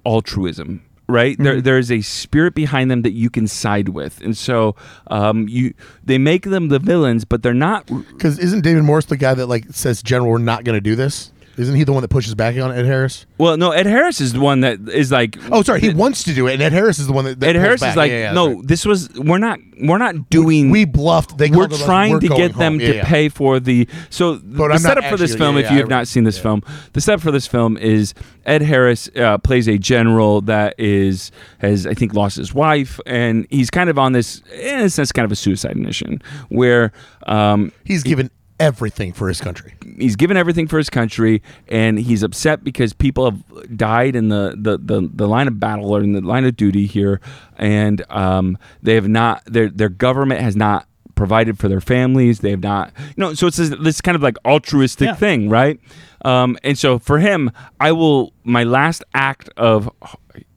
altruism, right? Mm-hmm. There, there is a spirit behind them that you can side with, and so um, you they make them the villains, but they're not. Because isn't David Morse the guy that like says, "General, we're not going to do this"? Isn't he the one that pushes back on Ed Harris? Well, no, Ed Harris is the one that is like. Oh, sorry, he wants to do it, and Ed Harris is the one that. that Ed pulls Harris back. is like, Yeah, yeah, no, that's right. this was we're not we're not doing. we bluffed. They we're called us, trying we're to going get them home. Yeah, to yeah. pay for the so th- But the I'm not setup for this actually- film yeah, if yeah, you have I- not seen this yeah. film the setup for this film is ed harris uh, plays a general that is has i think lost his wife and he's kind of on this in a sense kind of a suicide mission where um, He's given everything for his country. he's given everything for his country and he's upset because people have died in the, the, the, the line of battle or in the line of duty here and um, they have not their their government has not provided for their families they have not you know so it's this, this kind of like altruistic Yeah. thing right um, and so for him i will my last act of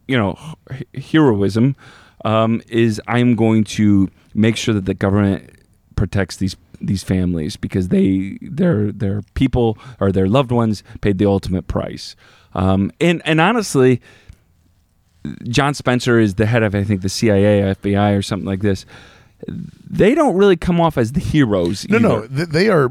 you know he- heroism um, is i'm going to make sure that the government protects these these families because they their their people or their loved ones paid the ultimate price. Um, and and honestly, John Spencer is the head of I think the CIA, FBI, or something like this. They don't really come off as the heroes. No, no, either. th- they are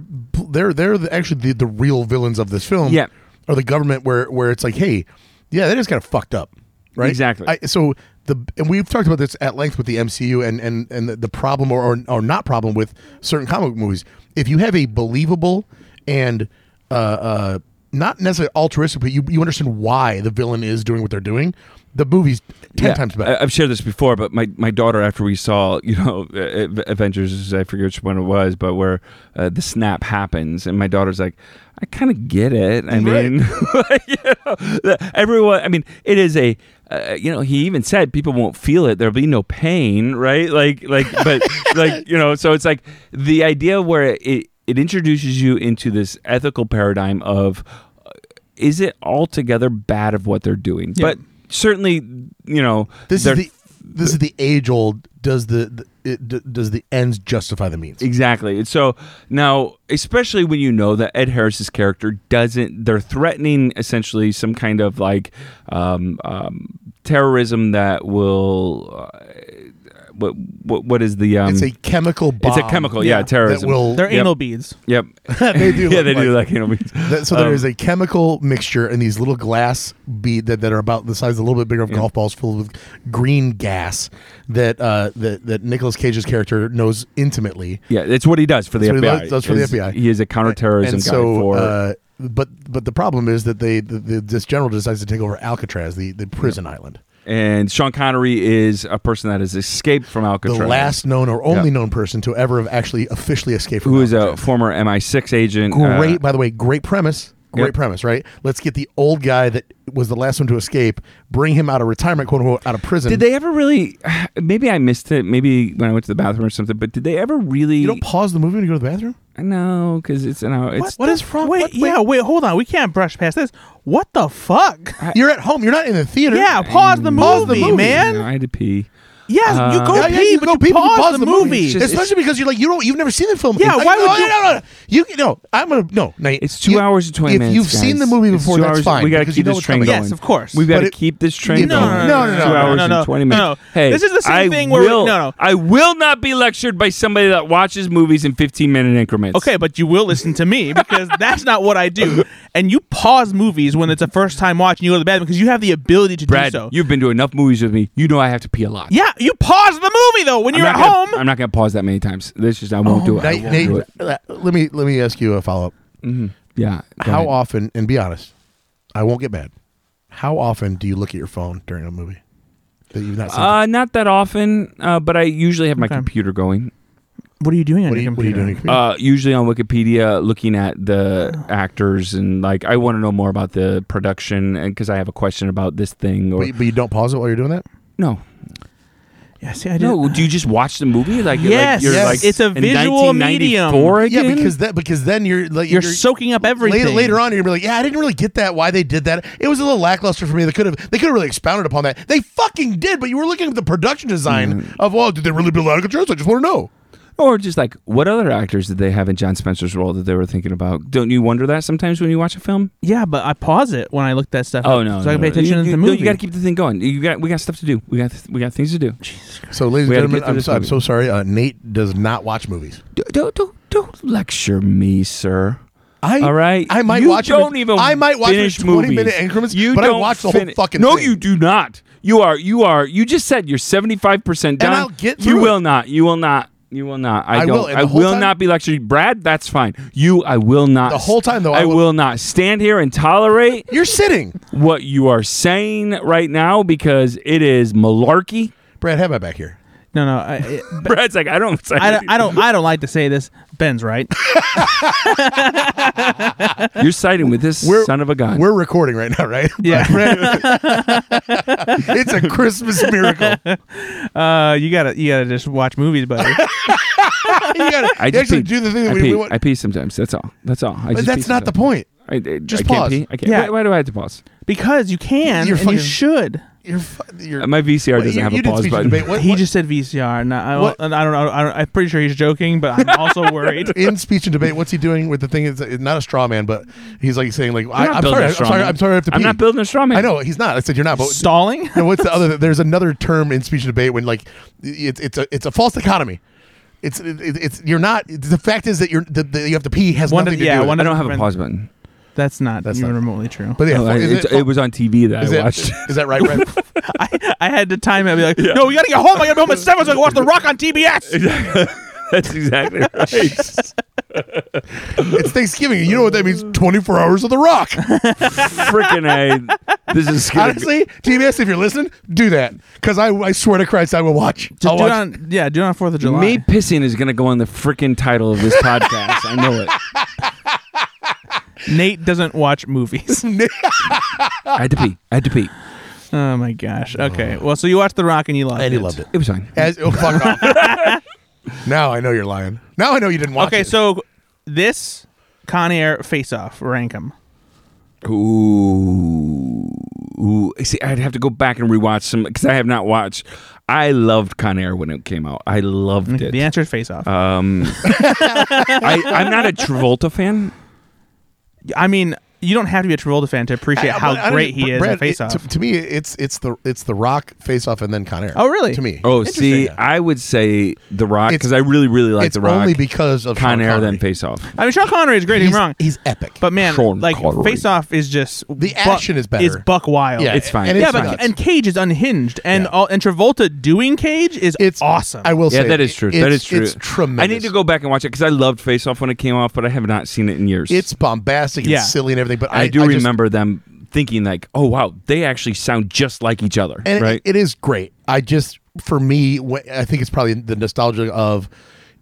they're they're the, actually the, the real villains of this film. Yeah. or the government where where it's like, hey, yeah, they just kind of fucked up, right? Exactly. I, so the and we've talked about this at length with the MCU and and and the, the problem or, or or not problem with certain comic book movies. If you have a believable and uh, uh, not necessarily altruistic, but you, you understand why the villain is doing what they're doing, the movie's ten Yeah. Uh, times better. I, have shared this before, but my, my daughter, after we saw, you know, uh, Av- Avengers, I forget which one it was, but where uh, the snap happens, and my daughter's like, I kind of get it. I Right. mean, you know, the- everyone, I mean, it is a, uh, you know, he even said people won't feel it. There'll be no pain, right? Like, like, but like, you know, so it's like the idea where it, it introduces you into this ethical paradigm of, uh, is it altogether bad of what they're doing? Yeah. But certainly, you know, this they're- is the this is the age old. Does the, the it, d- does the ends justify the means? Exactly. And so now, especially when you know that Ed Harris's character doesn't, they're threatening essentially some kind of like um, um, terrorism that will. Uh, what, what what is the um? It's a chemical bomb. it's a chemical, yeah, Yeah. that terrorism. will. They're Yep. anal beads. yep. they do. yeah, look they do like- like you know. we- um, that- so there is a chemical mixture in these little glass bead that, that are about the size a little bit bigger of golf balls, filled with green gas that uh, that that Nicolas Cage's character knows intimately. Yeah, that's what he does for the That's what he FBI. does- that's for the is FBI. He is a counterterrorism and guy so, for. uh, but but the problem is that they the, the, this general decides to take over Alcatraz, the, the prison island, and Sean Connery is a person that has escaped from the Alcatraz. last known or only Yeah. known person to ever have actually officially escaped from who is uh, a Alcatraz. former MI6 agent. uh, great by the way great premise great Yep. premise right let's get the old guy that was the last one to escape bring him out of retirement quote unquote out of prison Did they ever really? Maybe I missed it. Maybe when I went to the bathroom or something. But did they ever really? you don't pause the movie when you go to the bathroom no, because it's you know it's what is wrong Wait, yeah, wait, hold on. We can't brush past this. What the fuck? you're at home you're not in the theater Yeah, pause the movie, Pause the movie. man. You know, I had to pee. Yes, you go Yeah, pee, yeah, you but go you pee, but pause, the, movie. It's just- especially because you're like you don't you've never seen the film Yeah, Like, why no, would you- no, no, no. you no I'm gonna no Nate, It's two you- hours and twenty if minutes. you've seen guys. the movie It's before two that's hours- fine We got to because you keep know this what's train coming. going. Yes, of course. We've got But to it- keep this train No, going. no, no, no, no, two no, hours no, and no. twenty No, minutes. no. Hey, This is the same I thing where we- will- no, no. I will not be lectured by somebody that watches movies in fifteen-minute increments. Okay, but you will listen to me because that's not what I do. And you pause movies when it's a first time watch and you go to the bathroom because you have the ability to Brad, do so. you've been to enough movies with me. You know I have to pee a lot. yeah, you pause the movie though when I'm you're at not gonna- home. I'm not going to pause that many times. This just I won't do it. I Nate, won't Nate, do it. uh, let me let me ask you a follow up Yeah. go how ahead. often and be honest I won't get mad how often do you look at your phone during a movie that you've not seen Uh, not that often, uh, but I usually have my Okay. computer going. what are you doing on what are your you, what are you computer? doing Uh, usually on Wikipedia, looking at the actors and like I want to know more about the production, and because I have a question about this thing or But, but you don't pause it while you're doing that. no, Yeah, see, I did. no. Do you just watch the movie? Like like Yes, you're yes. like It's a in visual 1994 Yeah, again? because that because then you're like you're, soaking up everything. Later, later on, you're gonna be like, yeah, I didn't really get that. Why they did that? It was a little lackluster for me. They could have they could have really expounded upon that. They fucking did, but you were looking at the production design of, well, did they really build out of controls? I just want to know. or just like what other actors did they have in John Spencer's role that they were thinking about? Don't you wonder that sometimes when you watch a film? Yeah, but I pause it when I look that stuff. Oh up, no, so I can pay no, no. attention you, to you, the no, movie. You got to keep the thing going. You got we got stuff to do. We got we got things to do. So, ladies We and had to gentlemen, get through I'm, this so, I'm movie. so sorry. Uh, Nate does not watch movies. D- don't don't don't lecture me, sir. I All right. I might you watch. 'em in- Don't even. I might watch 'em in finish 20 movies. minute increments. You but don't I watch the whole fini- fucking. No, thing. you do not. You are. You are. You just said you're seventy five percent done. And I'll get You through will it. not. You will not. You will not. I, I don't. will, and I the whole will time- not be lectured. Brad, that's fine. You, I will not. The whole time, though, I, I will, will- not stand here and tolerate You're sitting, what you are saying right now because it is malarkey. Brad. Have I back here? No, no. I, Brad's like, I don't. I, don't- I don't. I don't like to say this. Ben's right. You're siding with this We're- son of a gun. We're recording right now, right? Yeah. it's a Christmas miracle. Uh, you gotta. You gotta just watch movies, buddy. You gotta I just actually pee. do the thing I that we, pee. we want. I pee sometimes. That's all. That's all. I but just that's pee not the sometimes. point. I, I, Just I can't pause. pee. I can't. Yeah. Why, why do I have to pause? Because you can. You're and fucking- you should. You're, fu- you're Uh, My VCR Well, doesn't you- have you a didn't pause speak to button. debate. What- he what- just said VCR. And I, What? and I don't know. I don't, I'm pretty sure he's joking, but I'm also worried. in speech and debate. What's he doing with the thing? It's it's not a straw man, but he's like saying like I'm I, not I'm building sorry, a I'm straw sorry, man. I'm sorry, I have to I'm pee. not building a straw man. I know he's not. I said you're not. But Stalling. No, what's the other? There's another term in speech and debate when like it's it's a it's a false dichotomy. It's it, it's you're not. The fact is that you're the, the, you have to pee has One to- nothing to yeah, do with one it. I don't have a Friend- pause button. That's not That's even not- remotely true. But yeah, No, Oh, I- is it's- it, it, was on TV that is I it- watched. is that right, Brad? I, I had to time it. I'd be like, no, we gotta get home. I gotta be home at seven so I can watch The Rock on TBS. That's exactly right. it's Thanksgiving. You know what that means? 24 hours of The Rock. Freaking a. This is gonna- Honestly, TBS, if you're listening, do that because I, I swear to Christ, I will watch. Just I'll do it watch. on, yeah, do it on Fourth of July. Me pissing is gonna go on the freaking title of this podcast. I know it. Nate doesn't watch movies. I had to pee. I had to pee. oh my gosh. Okay. Well, so you watched The Rock and you loved it. and he loved it. It was fine. As, oh, fuck off. now I know you're lying. Now I know you didn't watch. Okay, it. so this Con Air Face Off, rank them. Ooh. Ooh. See, I'd have to go back and rewatch some because I have not watched. I loved Con Air when it came out. I loved it. The answer is Face Off. Um, I, I'm not a Travolta fan. I mean, you don't have to be a Travolta fan to appreciate I- how I don't- great he is Brad, in Face it- Off. To, to me, it's it's the it's the Rock Face Off and then Con Air. Oh, really? To me, Oh, see, Interesting. I would say The Rock It's- because I really, really like it's The Rock. only because of Con Sean Air, Connery. then Face Off. I mean, Sean Connery is great. He's, He's, wrong, he's epic. but man, Sean like Connery. Face Off is just The buck- action is better. Is buck wild. yeah, it's fine. And yeah, it's but nuts. and Cage is unhinged, and Yeah. all and Travolta doing Cage is it's awesome. I will Yeah, say that is true. That it's- is true. It's tremendous. I need to go back and watch it because I loved Face Off when it came off, but I have not seen it in years. It's bombastic and Yeah. silly and everything. But I, I, do I just- remember them thinking like, "Oh wow, they actually sound just like each other." and it- right? it is great. I just for me, wh- I think it's probably the nostalgia of.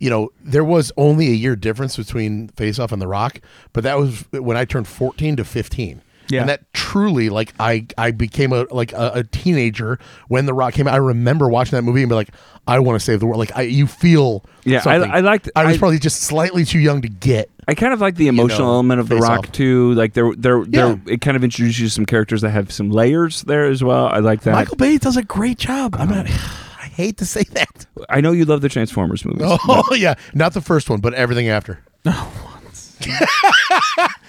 You know, there was only a year difference between Face Off and The Rock, but that was when I turned fourteen to fifteen. Yeah. and that truly, like, I I became a like a, a teenager when The Rock came. out. I remember watching that movie and be like, I want to save the world. Like, I you feel Yeah, I- something. I liked- I was I- probably just slightly too young to get. I kind of like the emotional know, element of The Face Rock Off. too. Like there, there, there. Yeah. It kind of introduces you to some characters that have some layers there as well. I like that. Michael Bay does a great job. I'm not. I hate to say that. I know you love the Transformers movies. Oh yeah, not the first one, but everything after. No.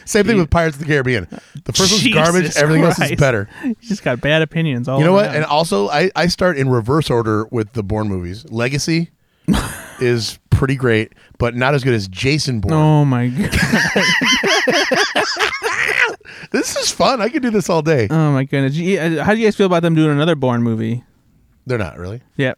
Same thing with Pirates of the Caribbean. The first one's Jesus garbage. Everything else is Christ. Oh, better. You just got bad opinions. All You know what? around. And also, I, I start in reverse order with the Bourne movies. Legacy is pretty great, but not as good as Jason Bourne. oh my god! This is fun. I could do this all day. Oh my goodness! You- uh, How do you guys feel about them doing another Bourne movie? They're not really. Yeah,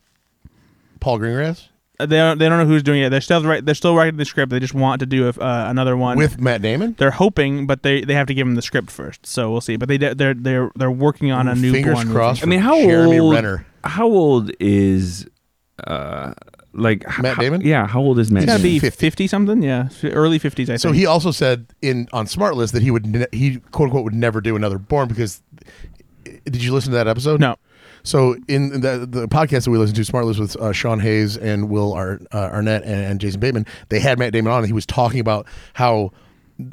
Paul Greengrass Uh, they don't. They don't know who's doing it. They're still right. They're still writing the script. They just want to do a, uh, another one with Matt Damon. They're hoping, but they they have to give them the script first. So we'll see. But they de- they're they're they're working on a new Fingers Bourne crossed. I mean, for how Jeremy old? Renner. How old is, uh, like h- Matt how- Damon? yeah, how old is Matt? Movie. It's gotta Damon? be 50. fifty something. Yeah, F- early fifties. I think. So he also said in on Smart List that he would ne- he quote unquote would never do another Bourne because. Did you listen to that episode? no. So in the the podcast that we listened to, Smart List with uh, Sean Hayes and Will Ar- uh, Arnett and, and Jason Bateman, they had Matt Damon on, and he was talking about how,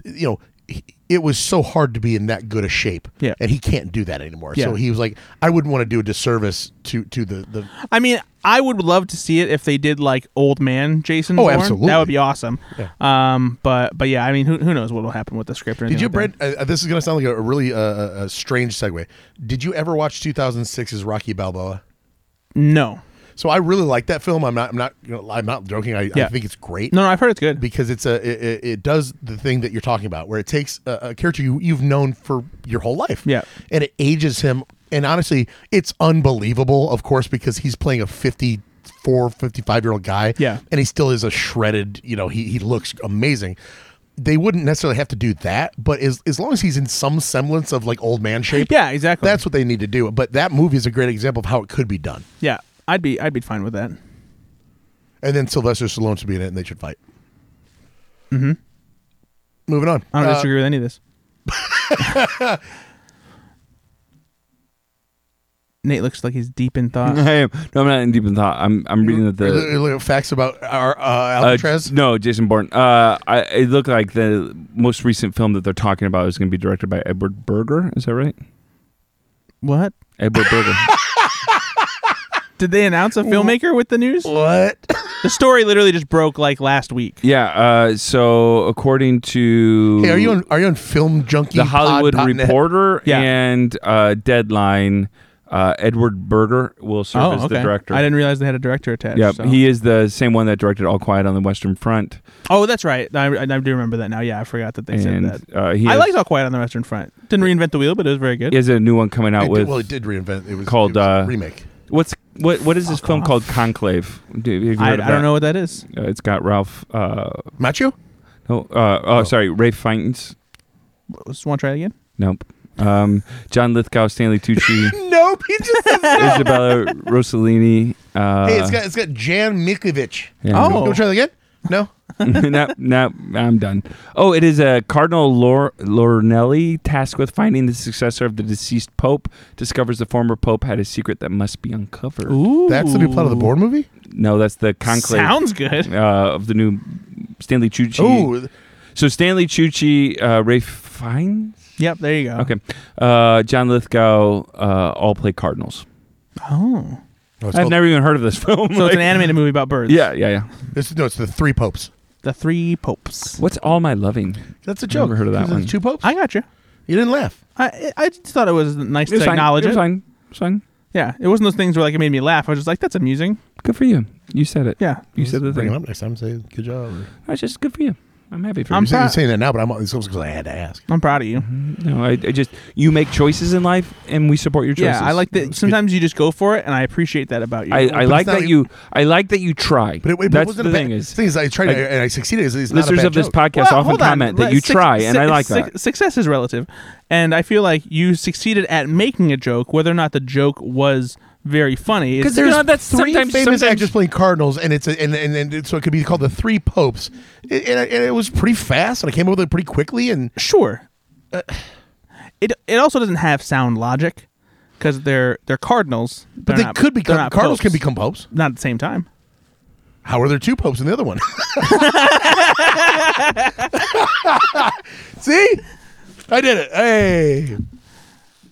you know, he, it was so hard to be in that good a shape, Yeah. and he can't do that anymore. So Yeah. he was like, I wouldn't want to do a disservice to to the the. I mean, I would love to see it if they did like old man Jason. Oh, Bourne. absolutely. That would be awesome. Um, but but yeah, I mean, who, who knows what will happen with the script? Or Did anything you, like Brent? that. Uh, this is gonna sound like a, a really uh, uh, a strange segue. Did you ever watch 2006's Rocky Balboa? No. So I really like that film. I'm not. I'm not. You know, I'm not joking. I, I Yeah. think it's great No, no, I've heard it's good. because it's a it, it- it does the thing that you're talking about where it takes a, a character you, you've known for your whole life Yeah. and it ages him and honestly it's unbelievable of course because he's playing a 54 55 year old guy Yeah. and he still is a shredded you know he, he looks amazing they wouldn't necessarily have to do that but as, as long as he's in some semblance of like old man shape Yeah, exactly. that's what they need to do but that movie is a great example of how it could be done yeah. I'd be I'd be fine with that. and then sylvester stallone should be in it and they should fight mm-hmm moving on I don't Uh, disagree with any of this. Nate looks like he's deep in thought. I am. No, I'm not in deep in thought. I'm. I'm reading that Are the there- are there Uh, facts about our uh, uh, Alcatraz. no, Jason Bourne. Uh, I, it looked like the most recent film that they're talking about is going to be directed by Edward Berger. Is that right? What? Edward Berger. Did they announce a filmmaker with the news? what? The story literally just broke like last week. yeah. Uh, so according to Hey, are you on are you on Film Junkie? the Hollywood Pod dot net? Reporter Yeah. and uh, Deadline, uh, Edward Berger will serve as the director. Oh, I didn't realize they had a director attached. Yep, so- he is the same one that directed All Quiet on the Western Front, Oh, that's right. I, I do remember that now. Yeah, I forgot that they said and that. uh, he I has, liked All Quiet on the Western Front. Didn't reinvent the wheel, but it was very good. he has a new one coming It out did- with well, it did reinvent. It was called, it was a uh, remake. what's what what is this film called? Conclave. Do- have you I, heard of I don't that? know what that is. Uh, it's got Ralph. Uh, Macho? no, uh, oh, sorry, Ray Fiennes. Just want to try it again. Nope. Um, John Lithgow, Stanley Tucci, Nope. He just says no. Isabella Rossellini. Uh, hey, it's got it's got Jan Mikovic. yeah. Oh. You want to try that again? No. no, no, I'm done. Oh, it is a Cardinal Lor- Lornelli tasked with finding the successor of the deceased Pope. Discovers the former Pope had a secret that must be uncovered. Ooh, That's the new plot of the Bourne movie. No, that's the conclave Sounds good. uh, of the new Stanley Tucci. Oh, So Stanley Tucci, uh, Ray Fiennes, Yep, there you go. okay, uh, John Lithgow, uh, all play Cardinals. Oh, no, it's I've called- never even heard of this film. so it's an Like- animated movie about birds. Yeah, yeah, yeah. It's, no, it's the Three Popes. the three popes. What's all my loving? That's a joke. Never heard of that Because one. it's Two popes. I got you. you didn't laugh. I I just thought it was nice It's to fine. acknowledge It it. was fine. It was fine. Yeah, it wasn't those things where like it made me laugh. I was just like, that's amusing. Good for you. You said it. Yeah, You said the Bring thing. him up next time. Say good job. Or, That's just good for you. I'm happy for I'm I'm you. proud- saying that now, but I'm it's because I had to ask. I'm proud of you. No, I, I just you make choices in life, and we support your choices. Yeah, I like that. Sometimes you just go for it, and I appreciate that about you. I, But I it's like not that even- you. I like that you try. But it, it That's wasn't the a bad, thing is, thing is, I tried like, and I succeeded. It's, it's not a listeners bad of this joke. podcast Well, often hold on. comment that Let- you suc- try, and suc- I like suc- that. Success is relative, and I feel like you succeeded at making a joke, whether or not the joke was very funny. It's- Because there's that's three sometimes, famous sometimes actors playing cardinals, and it's a, and, and and it- so it could be called the three popes. It, and, it- and it was pretty fast, and I came up with it pretty quickly. And sure, Uh, it it also doesn't have sound logic because they're they're cardinals, but They're they not- could they're become not cardinals can popes. become popes. not at the same time. How are there two popes in the other one? See, I did it. Hey,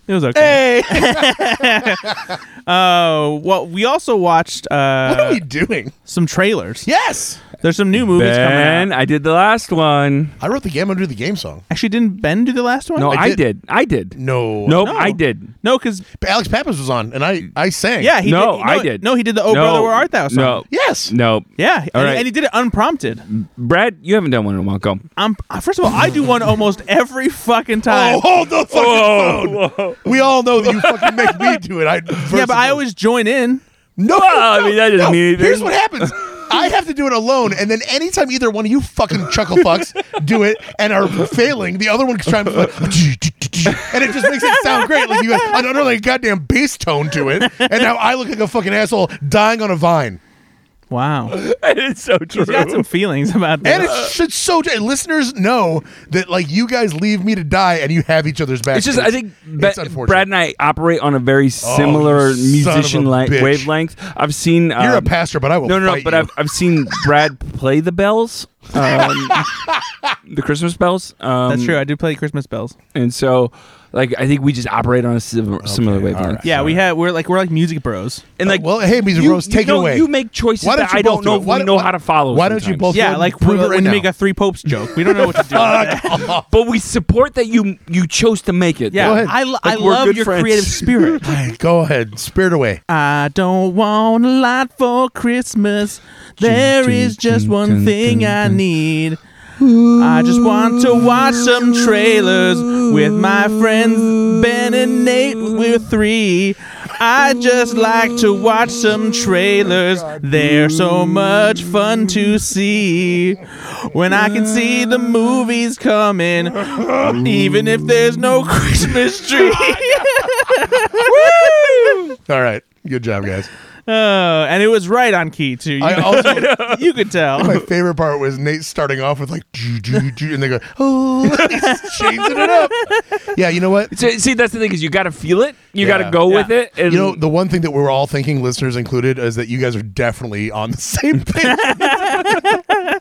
It was okay. hey, Uh, well, we also watched what are uh, we doing? some trailers. Yes, There's some new movies coming Ben, out. I did the last one. I wrote the game under the game song. Actually, didn't Ben do the last one? No, I I did. did. I did. No, Nope, No. I did. no, because Alex Pappas was on, and I I sang. yeah, he no, did, I did. No, he did the Oh No, Brother Where Art Thou song. No, Yes. no. Yeah, All and, right. and he did it unprompted. Brad, you haven't done one in a while. Go. I'm, first of all, I do one almost every fucking time. Oh, hold the fucking phone. We all know that you fucking make me do it. I yeah, but I always join in. No, Well, I no, mean, that doesn't no. mean anything. Here's what happens. I have to do it alone, and then anytime either one of you fucking chuckle fucks do it and are failing, the other one trying to and it just makes it sound great. Like you got an underlying goddamn bass tone to it, and now I look like a fucking asshole dying on a vine. Wow, it's so true. he's got some feelings about And that. it's, it's so and listeners know that like you guys leave me to die, and you have each other's back. It's just I think Be- it's unfortunate. Brad and I operate on a very similar you musician son of a li- bitch. wavelength. I've seen um, you're a pastor, but I will no, no, no, fight but you. I've I've seen Brad play the bells, um, the Christmas bells. Um, That's true. I do play Christmas bells. And so Like I think we just operate on a sim- similar all wavelength. right. Yeah, we had we're like we're like music bros. and like well, hey, Music you- Rose, you take know, it away. You make choices Why don't that you I both don't do know it? if Why we don't- know why- how to follow. why don't you sometimes. both- Yeah, Well, like prove when, it right when you now. make a three popes joke, we don't know what to do. with that. But we support that you you chose to make it. Yeah, Go ahead. I, l- I Like, we're love good your friends. creative spirit. Go ahead, spirit away. I don't want a lot for Christmas. There is just one thing I need. I just want to watch some trailers with my friends Ben and Nate. We're three. I just like to watch some trailers. They're so much fun to see. When I can see the movies coming, even if there's no Christmas tree. Woo! All right, good job, guys. Oh, and it was right on key too. You, I also you could tell. my favorite part was Nate starting off with like "Ju, ju, ju," and they go oh, he's changing it up. Yeah, you know what? So, see, that's the thing is you got to feel it. You got Yeah. to go with Yeah. it. And You know, the one thing that we were all thinking, listeners included, is that you guys are definitely on the same page.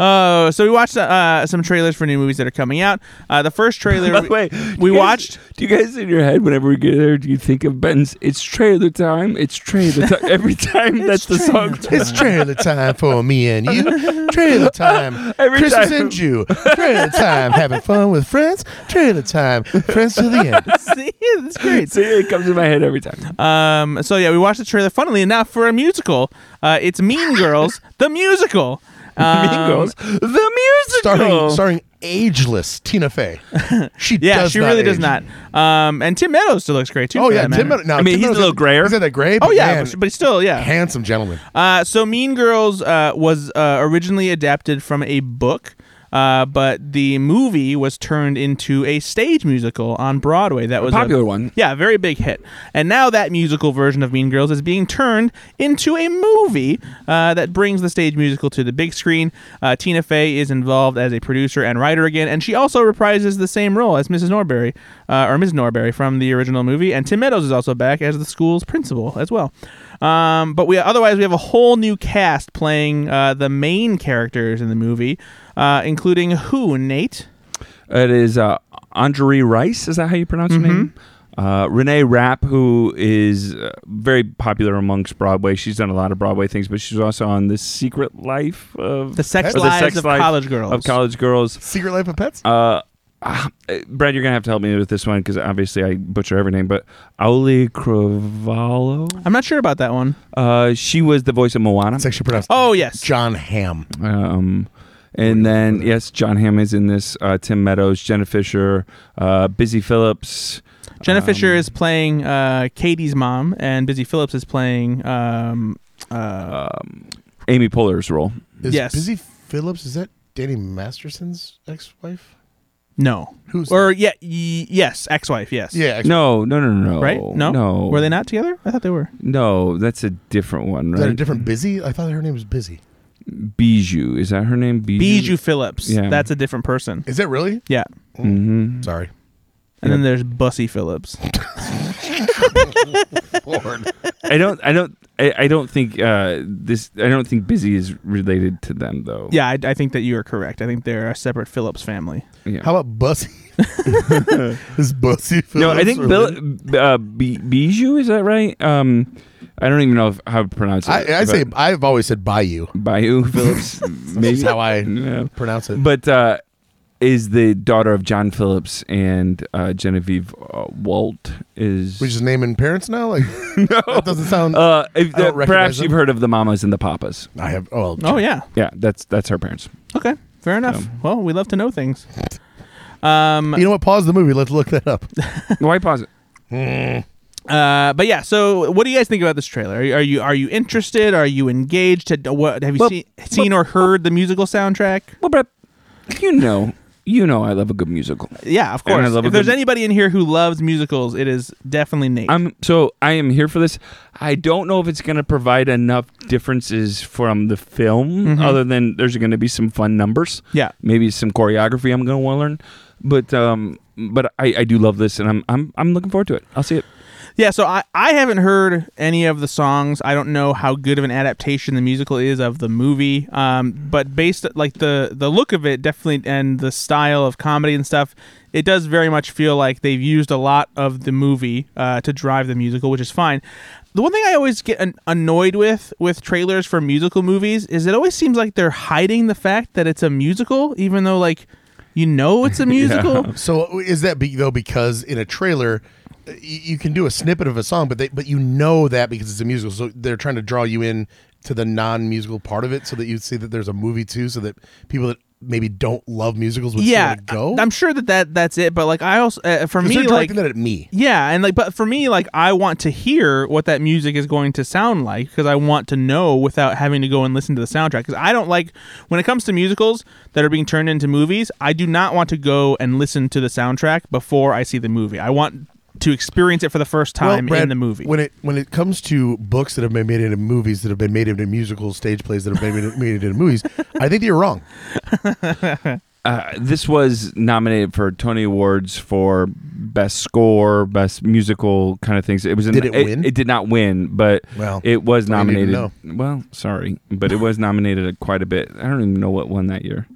Oh, so we watched uh, some trailers for new movies that are coming out. Uh, the first trailer, By the way, do we you guys- watched- Do you guys in your head whenever we get there? Do you think of Ben's? It's trailer time. It's trailer time. Every time that's the trailer song. it's trailer time for me and you. Trailer time, Every Christmas time. and you. Trailer time, having fun with friends. Trailer time, friends to the end. see, it's great. See, it comes in my head every time. Um, so yeah, we watched the trailer. Funnily enough, for a musical, uh, it's Mean Girls the musical. Um, mean Girls, the musical. Starring, starring ageless Tina Fey. She Yeah, does she not really does age. not. Um, and Tim Meadows still looks great too. Oh for yeah, that Tim. matter. Meadows- Now, I Tim mean, he's a Meadows- little grayer. He's at that gray. Oh but yeah, man, but, but still, yeah. handsome gentleman. Uh, so Mean Girls uh, was uh, originally adapted from a book, uh, but the movie was turned into a stage musical on Broadway. That was a- popular one. Yeah, a very big hit. And now that musical version of Mean Girls is being turned into a movie uh, that brings the stage musical to the big screen. Uh, Tina Fey is involved as a producer and writer again, and she also reprises the same role as Mrs. Norbury, uh, or Ms. Norbury from the original movie. And Tim Meadows is also back as the school's principal as well. Um, but we otherwise we have a whole new cast playing uh, the main characters in the movie, uh, including who Nate. It is uh, Andre Rice. Is that how you pronounce her name? Uh, Renee Rapp, who is uh, very popular amongst Broadway. She's done a lot of Broadway things, but she's also on The Secret Life of The sex or The lives Sex of Life college girls. of College Girls. Secret Life of Pets. Uh, ah, eh, Brad, you're gonna have to help me with this one because obviously I butcher every name. But Auli Cravallo, I'm not sure about that one. uh, she was the voice of Moana. It's actually pronounced Oh yes, John Ham. Um, and then yes, John Hamm is in this. Uh, Tim Meadows, Jenna Fisher, uh, Busy Phillips. Jenna Um, Fisher is playing uh, Katie's mom, and Busy Phillips is playing. Um, uh, um, Amy Poehler's role. Is Yes. Busy Phillips, is that Danny Masterson's ex wife? no, Who's or yeah, y- yes, ex-wife. Yes, yeah, ex- No, no, no, no, no. Right? No? no. Were they not together? I thought they were. No, that's a different one, is that a right? different Busy? I thought her name was Busy. Bijou is that her name? Bijou. Bijou Phillips. Yeah. that's a different person. Is that really? Yeah, hmm Sorry. and Yeah. then there's Bussy Phillips. Lord. I don't. I don't. I, I don't think uh, this. I don't think Busy is related to them, though. yeah, I, I think that you are correct. I think they're a separate Phillips family. Yeah. How about Bussy? is Bussy Phillips? no, I think Bill, related? uh, B- Bijou is that right? Um, I don't even know if, how to pronounce it. I, I say, but I've always said Bayou. Bayou Phillips. maybe That's how I Yeah. pronounce it. But uh, is the daughter of John Phillips and uh, Genevieve uh, Walt is We just naming parents now? Like, that doesn't sound. Uh, if I don't the- recognize perhaps them. you've heard of the mamas and the papas. I have. Oh, Oh yeah, Yeah, that's that's her parents. okay, fair enough. Um, well, we love to know things. Um, You know what? Pause the movie. Let's look that up. Why pause it? Uh, but yeah, so what do you guys think about this trailer? Are you are you, are you interested? Are you engaged? Had- What have you Well, seen, seen or heard the musical soundtrack? Well, Brett, you know, you know, I love a good musical. Yeah, of And I course. love a If there's good- anybody in here who loves musicals, it is definitely Nate. I'm so I am here for this. I don't know if it's going to provide enough differences from the film, Mm-hmm. Mhm. other than there's going to be some fun numbers, yeah, maybe some choreography. I'm going to want to learn, but um, but I, I do love this, and I'm I'm I'm looking forward to it. I'll see it. yeah. So I I haven't heard any of the songs. I don't know how good of an adaptation the musical is of the movie. Um, but based like the the look of it, definitely, and the style of comedy and stuff it does very much feel like they've used a lot of the movie uh, to drive the musical, which is fine. The one thing I always get an- annoyed with with trailers for musical movies is it always seems like they're hiding the fact that it's a musical, even though like you know it's a musical. So is that be, though because in a trailer y- you can do a snippet of a song, but they but you know that because it's a musical, so they're trying to draw you in to the non-musical part of it, so that you see that there's a movie too, so that people that maybe don't love musicals would yeah, sort of go. I- I'm sure that, that that's it. But like I also uh, for 'Cause me they're like directing that at me. Yeah, and like, but for me, like, I want to hear what that music is going to sound like because I want to know without having to go and listen to the soundtrack. Because I don't like when it comes to musicals that are being turned into movies. I do not want to go and listen to the soundtrack before I see the movie. I want to experience it for the first time Brad, in the movie. When it when it comes to books that have been made into movies, that have been made into musicals, stage plays that have been made, made into movies, I think that you're wrong. Uh, this was nominated for Tony Awards for best score, best musical kind of things. It was an, Did it win? It did not win, but Well, it was I didn't nominated. Well, sorry, but it was nominated quite a bit. I don't even know what won that year,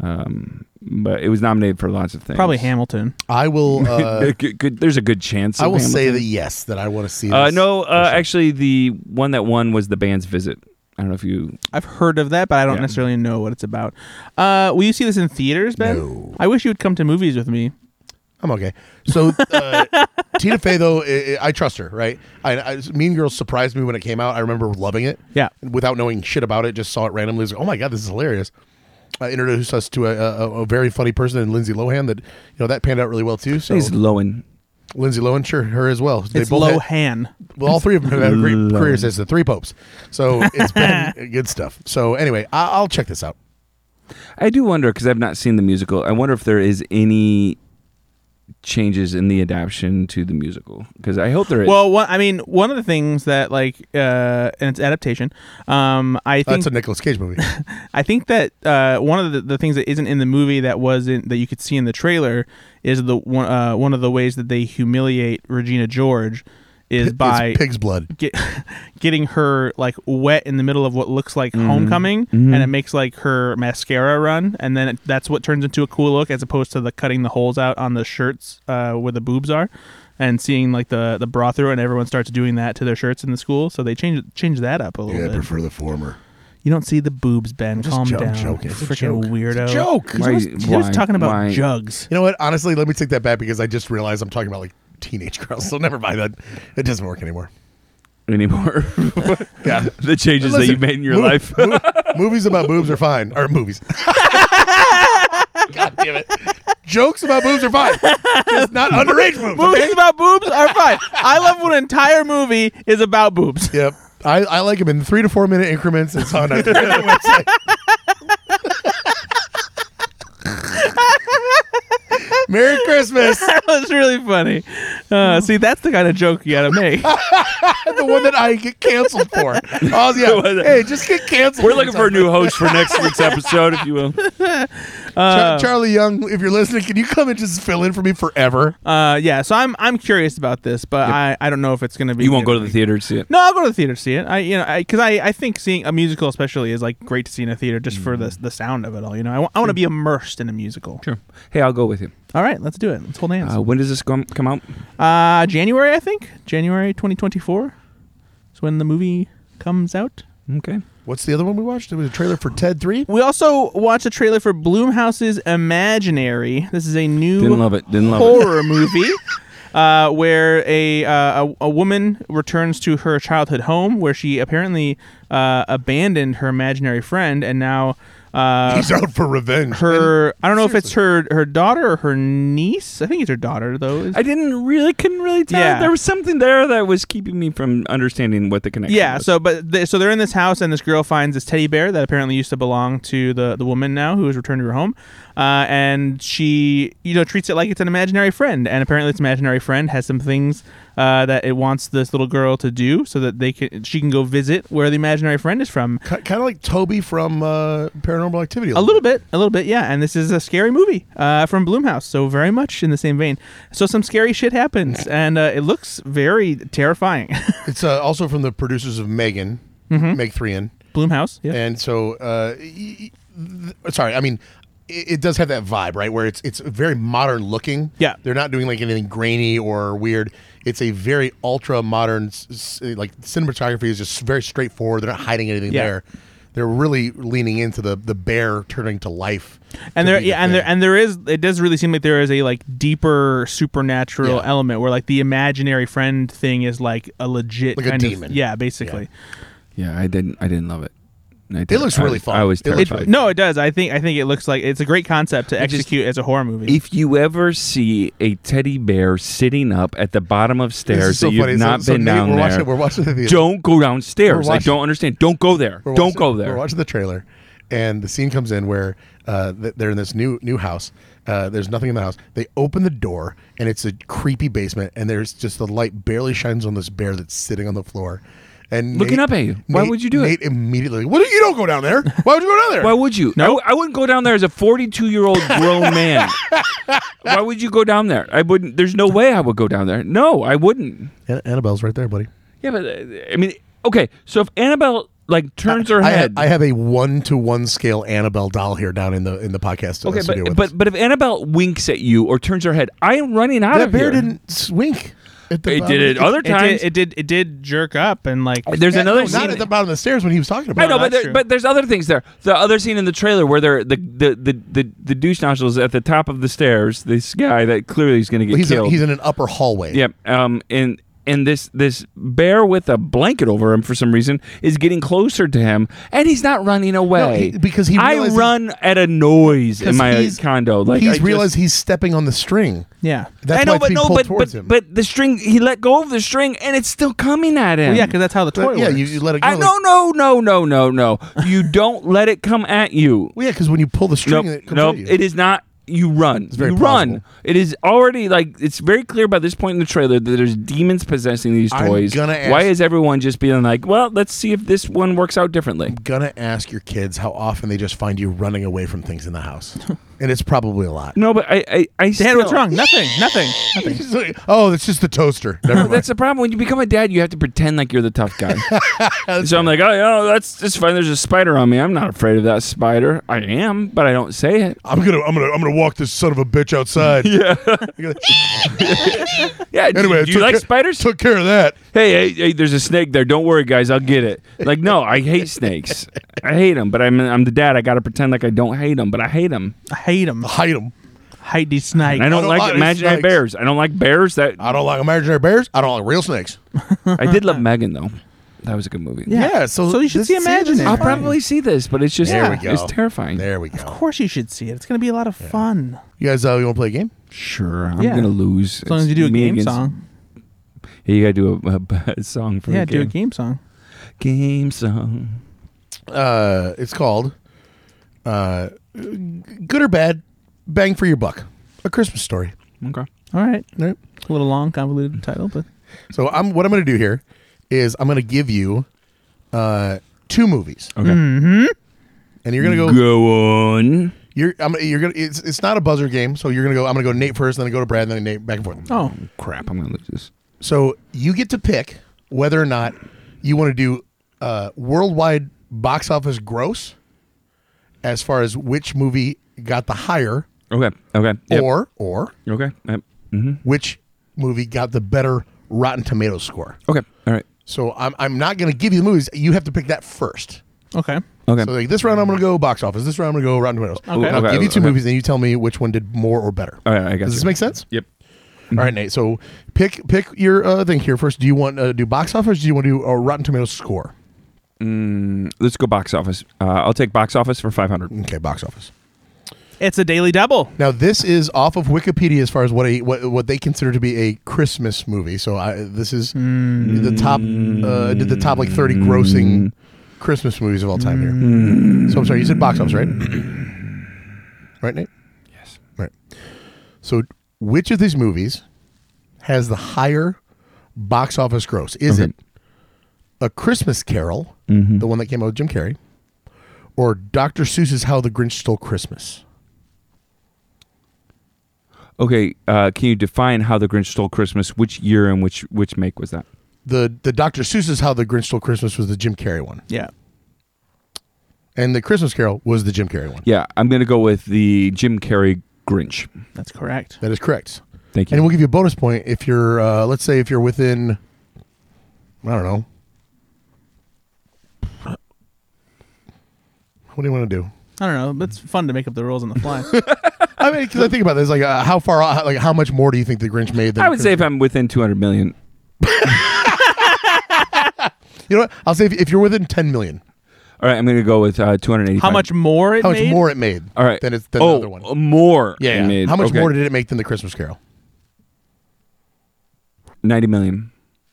um, but it was nominated for lots of things. Probably Hamilton. I will. Uh, Good- good- good- there's a good chance. I of will say Hamilton. that yes, that I want to see. Uh, this. no, uh, sure. actually, the one that won was the band's visit. I don't know if you. I've heard of that, but I don't Yeah. necessarily know what it's about. Uh, will you see this in theaters, Ben? No. I wish you would come to movies with me. I'm okay. So uh, Tina Fey, though, I, I I trust her, right? I, I, mean Girls surprised me when it came out. I remember loving it. Yeah. Without knowing shit about it, just saw it randomly. It's like, oh my god, this is hilarious. Uh, introduced us to a, a, a very funny person in Lindsay Lohan that you know that panned out really well too. So He's Lowen. Lindsay Lohan, sure, her as well. They It's both had- Lohan. well, all three of them have had great Lohan. careers as the three popes. So it's been good stuff. So anyway, I, I'll check this out. I do wonder because I've not seen the musical. I wonder if there is any changes in the adaptation to the musical because I hope there is. Well, one, I mean, one of the things that like, uh, and it's adaptation. Um, I think That's a Nicolas Cage movie. I think that uh, one of the, the things that isn't in the movie that wasn't that you could see in the trailer is the one uh, one of the ways that they humiliate Regina George is It's by Pig's Blood. get, getting her like wet in the middle of what looks like Mm-hmm. homecoming, and it makes like her mascara run, and then it, that's what turns into a cool look as opposed to the cutting the holes out on the shirts uh, where the boobs are, and seeing like the the bra through, and everyone starts doing that to their shirts in the school, so they change change that up a little bit. the former. You don't see the boobs, Ben. just Calm jo- down. joking. It's a Freaking joke. weirdo. It's a joke. He's Why- always, he's always why- talking about why- jugs. You know what? Honestly, let me take that back because I just realized I'm talking about like teenage girls. So never mind that. It doesn't work anymore. anymore. Yeah. the changes that Listen, you made in your mo- life. mo- movies about boobs are fine. Or movies. God damn it. Jokes about boobs are fine. Just not underage boobs. okay? Movies about boobs are fine. I love when an entire movie is about boobs. Yep. I, I like them in three to four minute increments. It's on a website. Merry Christmas. That was really funny. Oh. Uh, see, that's the kind of joke you gotta make. The one that I get canceled for. Oh, one yeah. that- Hey, just get canceled. We're looking for a new host for next week's episode, if you will. Char- Charlie Young, if you're listening, can you come and just fill in for me forever? Uh, yeah, so I'm I'm curious about this, but I, I don't know if it's gonna be. You won't go to the theater to see it. No, I'll go to the theater to see it. I you know because I, I think seeing a musical especially is like great to see in a theater just for the the sound of it all. You know, I want to be immersed in a musical. Mm. Sure. Hey, I'll go with you. All right, let's do it. Let's hold hands. Uh, when does this come, come out? Uh, January, I think. January 2024 is when the movie comes out. Okay. What's the other one we watched? It was a trailer for Ted 3. We also watched a trailer for Bloomhouse's Imaginary. This is a new Didn't love it. Didn't love it. horror movie. Uh, where a, uh, a a woman returns to her childhood home, where she apparently uh, abandoned her imaginary friend, and now uh, He's out for revenge. her I don't know if it's her her daughter or her niece. I think it's her daughter though. is- I didn't really, couldn't really tell. Yeah. There was something there that was keeping me from understanding what the connection Yeah. was. So, but they, so they're in this house, and this girl finds this teddy bear that apparently used to belong to the the woman now who has returned to her home, uh, and she you know treats it like it's an imaginary friend, and apparently its imaginary friend has some things uh, that it wants this little girl to do so that they can she can go visit where the imaginary friend is from. Kind of like Toby from uh, Paranormal Activity. A little bit, a little bit, yeah. And this is a scary movie uh, from Bloomhouse, so very much in the same vein. So some scary shit happens, and uh, it looks very terrifying. It's uh, also from the producers of Megan, Meg Threan. Bloomhouse, yeah. And so, uh, y- y- th- sorry, I mean, it, it does have that vibe, right? Where it's it's very modern looking. Yeah. they're not doing like anything grainy or weird. It's a very ultra modern, s- s- like cinematography is just very straightforward. They're not hiding anything Yeah. there. They're really leaning into the the bear turning to life. and to there be the yeah and there thing. and there is it does really seem like there is a like deeper supernatural Yeah. element where like the imaginary friend thing is like a legit Like a kind demon. of yeah basically Yeah, I didn't. I didn't love it. I did- looks I really was- fun. I was It looks terrified. really no it does i think i think it looks like it's a great concept to just- execute as a horror movie If you ever see a teddy bear sitting up at the bottom of This stairs is so that you've funny. So- not so been Nate, down we're there, watching- we're watching the- don't go downstairs. We're I watching- don't understand. Don't go there. We're don't watching- go We're there. watching the trailer, and the scene comes in where uh, th- they're in this new new house. Uh, there's nothing in the house. They open the door, and it's a creepy basement. And there's just the light barely shines on this bear that's sitting on the floor, and Looking up at you. Why would you do it? Nate immediately. What? do You you don't go down there. Why would you go down there? Why would you? No, I, w- I wouldn't go down there as a 42 year old grown man. Why would you go down there? I wouldn't. There's no way I would go down there. No, I wouldn't. An- Annabelle's right there, buddy. Yeah, but uh, I mean, okay. So if Annabelle like turns her I, ha- head, I have a one to one scale Annabelle doll here down in the in the podcast. okay, studio but with us. but but if Annabelle winks at you or turns her head, I am running out that of bear here. didn't swink. At the It bottom did of it the- other it did, times. it did it did jerk up and like there's Yeah, another no, scene. not at the bottom of the stairs when he was talking about. I know, it. but that's there, true. but there's other things there. The other scene in the trailer where they're the the the the, the douche nozzle is at the top of the stairs. This guy that clearly is going to get he's killed. a, he's in an upper hallway. Yep. Um. And and this this bear with a blanket over him for some reason is getting closer to him, and he's not running away he- because he I realizes- run at a noise in 'Cause my he's- condo. Like I he's just- realized he's stepping on the string. yeah That's I know, why it's but being no, pulled but towards but, him. but the string he let go of the string, and it's still coming at him. well, yeah because that's how the toy But yeah, works. you, you let it go. I, no, no, no, no, no, no. You don't let it come at you. Well, yeah, because when you pull the No, string, it comes nope. at you. It is not. You run. very you run. plausible. It is already like it's very clear by this point in the trailer that there's demons possessing these I'm toys. gonna ask- Why is everyone just being like, well, let's see if this one works out differently? Gonna ask your kids how often they just find you running away from things in the house, and it's probably a lot. No, but I, I, I dad still, what's wrong nothing nothing nothing It's like, oh, it's just the toaster. Never mind. That's the problem. When you become a dad, you have to pretend like you're the tough guy. so I'm like, oh, yeah, that's it's fine. There's a spider on me. I'm not afraid of that spider. I am, but I don't say it. I'm gonna, I'm gonna, I'm gonna walk this son of a bitch outside. yeah. Yeah. do- Anyway, I do you took like care- spiders? Took care of that. hey, hey, hey, there's a snake there. Don't worry, guys. I'll get it. Like, no, I hate snakes. I hate them, but I'm I'm the dad. I got to pretend like I don't hate them, but I hate them. I hate him Hide them. hate these snakes I don't, don't like like imaginary snakes. bears. I don't like bears. That I don't like imaginary bears. I don't like real snakes. I did love Megan though. That was a good movie. Yeah. so So you should this- see this Imaginary. is I'll fine. probably see this, but it's just There we go. it's terrifying. There we of go. course you should see it it's gonna be a lot of fun You guys, uh, you want to play a game? Sure, I'm Yeah. gonna lose. as long as you do a game song Yeah, you gotta do a, a, a song for yeah the game. do a game song Game song. uh, it's called uh, "Good or Bad, Bang for Your Buck: A Christmas Story." Okay. all right All right. a little long convoluted title but So I'm what I'm going to do here is I'm going to give you uh, two movies, Okay. Hmm. and you're going to go. Go on. You're I'm, you're going. to It's it's not a buzzer game, so you're going to go. I'm going to go Nate first, then I go to Brad, then Nate back and forth. oh Crap, I'm gonna lose this. So you get to pick whether or not you want to do uh, worldwide box office gross, as far as which movie got the higher, Okay. Okay. Yep. or or Okay. Yep. hmm which movie got the better Rotten Tomatoes score. Okay. All right. So I'm, I'm not going to give you the movies. You have to pick that first. okay Okay. So like this round I'm going to go box office. This round I'm going to go Rotten Tomatoes. Okay. And I'll Okay, give you two okay. movies, and you tell me which one did more or better. All right. Mm-hmm. I got Does this you. make sense? yep. All right, Nate. So pick pick your uh, thing here first. Do you want uh, do box office? Or do you want to do a Rotten Tomatoes score? Let's go box office. Uh, I'll take box office for five hundred. Okay, box office. it's a daily double Now this is off of Wikipedia as far as what a what, what they consider to be a Christmas movie. So I, this is the top uh, did the top like thirty grossing Christmas movies of all time here. So I'm sorry, you said box office, right? right, Nate. Yes. Right. So which of these movies has the higher box office gross? Is Okay. it A Christmas Carol, the one that came out with Jim Carrey, or Dr. Seuss's How the Grinch Stole Christmas? Okay. Uh, can you define how the Grinch stole Christmas? Which year and which which make was that? the the Dr. Seuss's How the Grinch Stole Christmas was the Jim Carrey one. yeah and the Christmas Carol was the Jim Carrey one. Yeah, I'm gonna go with the Jim Carrey Grinch. That's correct. That is correct. Thank you. And we'll give you a bonus point if you're, uh, let's say, if you're within, I don't know. What do you want to do? I don't know. but It's fun to make up the rules on the fly. I mean, because I think about this, like, uh, how far, out- like, how much more do you think the Grinch made? Than I would say if I'm within 200 million. you know, what? I'll say if, if you're within 10 million, All right, I'm gonna go with uh, 285. How much more it how much made? more it made? All right. than it's than oh, the other one. more. Yeah, it yeah. made. How much Okay. more did it make than the Christmas Carol? 90 million.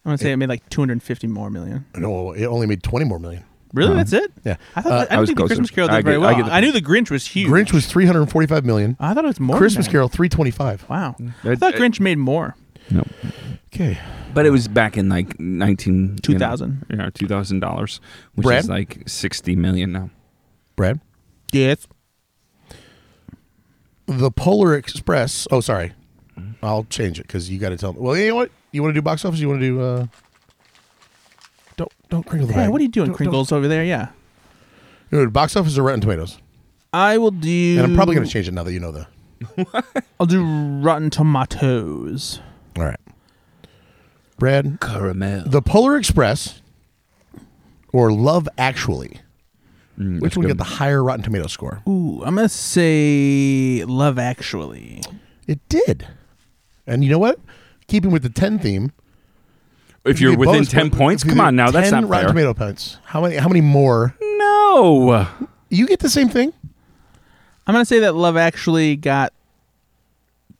I'm gonna say it made like 250 more million. No, it only made 20 more million. Really? That's it? Yeah. I thought Uh, that, I I don't was think closer. the Christmas Carol did I get- very well. I get the I, knew the Grinch was huge. Grinch was 345 million. I thought it was more. than Christmas that. Carol 325. Wow. I That- thought uh, Grinch made more. No. Okay. But it was back in like 19 you know, 2000. yeah, $2,000, which Brad? is like 60 million now. Brad? Yes. The Polar Express. Oh, sorry. I'll change it because you got to tell me. Well, you know what? You want to do box office? You want to do. Uh, don't don't crinkle the Hey, bag. what are you doing, Don't- Kringles over there? Yeah. don't- Dude, box office or Rotten Tomatoes? I will do. And I'm probably going to change it now that you know the. I'll do Rotten Tomatoes. All right. Brad, Caramel. The Polar Express or Love Actually? Mm, Which that's one get good. the higher Rotten Tomato score? Ooh, I'm gonna say Love Actually. It did. And you know what? Keeping with the 10 theme. If you're the within bonus 10 point- points, if you come do on now. That's 10 not Rotten fair. Tomato points. How many? How many more? No. You get the same thing. I'm gonna say that Love Actually got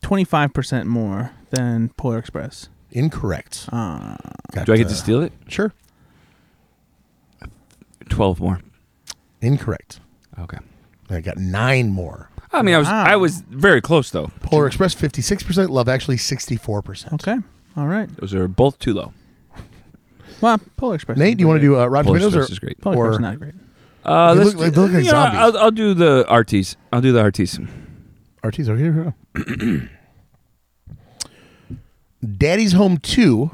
25 percent more than Polar Express. Incorrect. Ah. Got, Do I get uh, to steal it? Sure. 12 more. Incorrect. Okay. I got nine more. I mean, I was Wow. Ah. I was very close though. Polar Express fifty six percent. Love Actually sixty four percent. Okay. All right. Those are both too low. Well, Polar Express. Nate, do you want to do uh, Rotten Polar Tomatoes Express or, is great. Polar Express or is not great. Uh, They let's look- do- they look like you know, zombies. I'll, I'll do the RTs. I'll do the RTs. RTs over oh, here? Here we go. Daddy's Home Two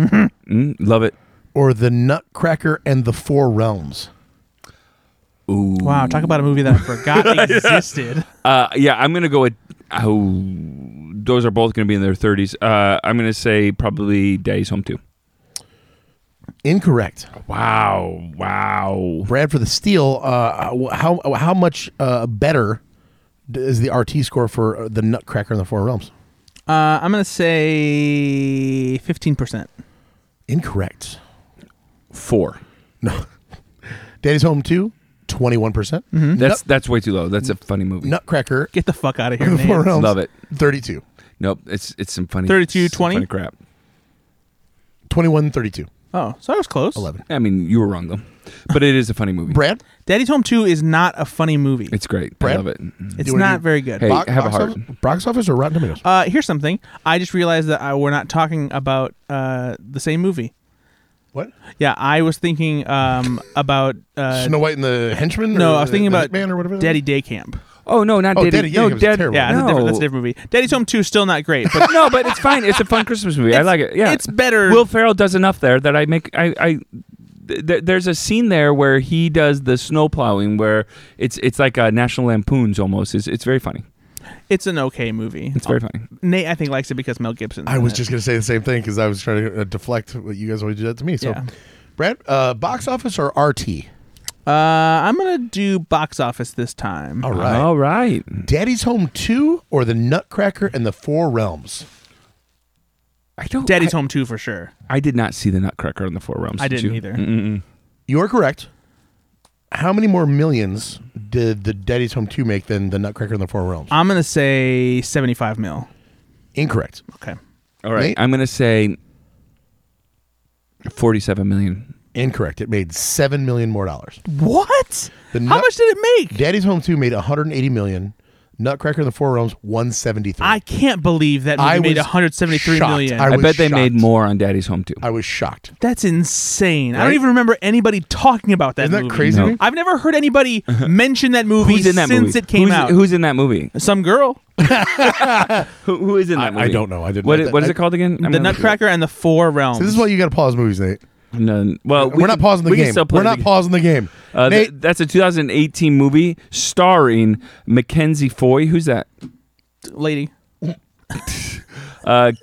Mm, love it. or The Nutcracker and the Four Realms. Ooh. Wow, talk about a movie that I forgot existed. Uh, yeah, I'm gonna go with. Oh, those are both gonna be in their 30s. Uh, I'm gonna say probably Daddy's Home too. Incorrect. Wow! Wow! Brad for the steal. Uh, how how much uh, better d- is the RT score for uh, The Nutcracker and the Four Realms? Uh, I'm gonna say 15 percent. Incorrect. Four. No. Daddy's Home 2, 21%. Mm-hmm. That's that's way too low. That's a funny movie. Nutcracker, Get the fuck out of here, The Four Nate. Realms, Love it. 32. Nope. It's it's some funny. 32, some 20? funny crap. 21, 32, Oh, so I was close. 11. I mean, you were wrong though, but it is a funny movie. Brad, Daddy's Home 2 is not a funny movie. It's, It's great. Brad? I love it. you wanna not do- very good. Hey, bo- have a box heart. office- box office or Rotten Tomatoes? Uh, here's something. I just realized that I, we're not talking about uh, the same movie. What? Yeah, I was thinking um, about uh, Snow White and the Henchman? no, or I was the- thinking the about Hitman or whatever. Daddy Day Camp. Oh no, not Oh, Daddy. Daddy no, Yankee was Daddy. terrible. Yeah, that's, a no. different, that's a different movie. Daddy's Home 2 is still not great, but no, but it's fine. It's a fun Christmas movie. I It's- like it. Yeah, it's better. Will Ferrell does enough there that I make I I. th- th- There's a scene there where he does the snow plowing, where it's it's like uh, National Lampoon's almost. It's it's very funny. it's an okay movie. Um, It's Oh, very funny. Nate, I think, likes it because Mel Gibson. I was just going to say the same thing because I was trying to uh, deflect what you guys always do that to me. So, Yeah. Brad, uh, box office or RT? Uh, I'm gonna do box office this time. All right. All right. Daddy's Home 2 or The Nutcracker and the Four Realms? I don't. Daddy's I, Home 2 for sure. I did not see the Nutcracker on the Four Realms. I did didn't you? either. Mm-mm-mm. You are correct. How many more millions did the Daddy's Home 2 make than the Nutcracker and the Four Realms? I'm gonna say 75 mil. Incorrect. Okay. All right. Nate? I'm gonna say forty-seven million. Incorrect. It made 7 million more dollars. What? The How nut- much did it make? Daddy's Home 2 made 180 million. Nutcracker and the Four Realms 173. I can't believe that movie I made was 173 shocked. million. I I, was bet they made shocked. more on Daddy's Home too. I was shocked. That's insane. I don't Right? even remember anybody talking about that Isn't that movie. crazy? No. to me? I've never heard anybody mention that movie Who's in that since movie? it came who's, out. Who's in that movie? Some girl, Who, who is in that I- I movie? don't know. I didn't What, know i- that. what is I- it called again? I'm The gonna look it up. Nutcracker, and the Four Realms. So this is why you got to pause movies, Nate. No, well, We're not pausing the game. We're not pausing the game. Uh, th- Nate- that's a 2018 movie starring Mackenzie Foy. Who's that? lady. Uh,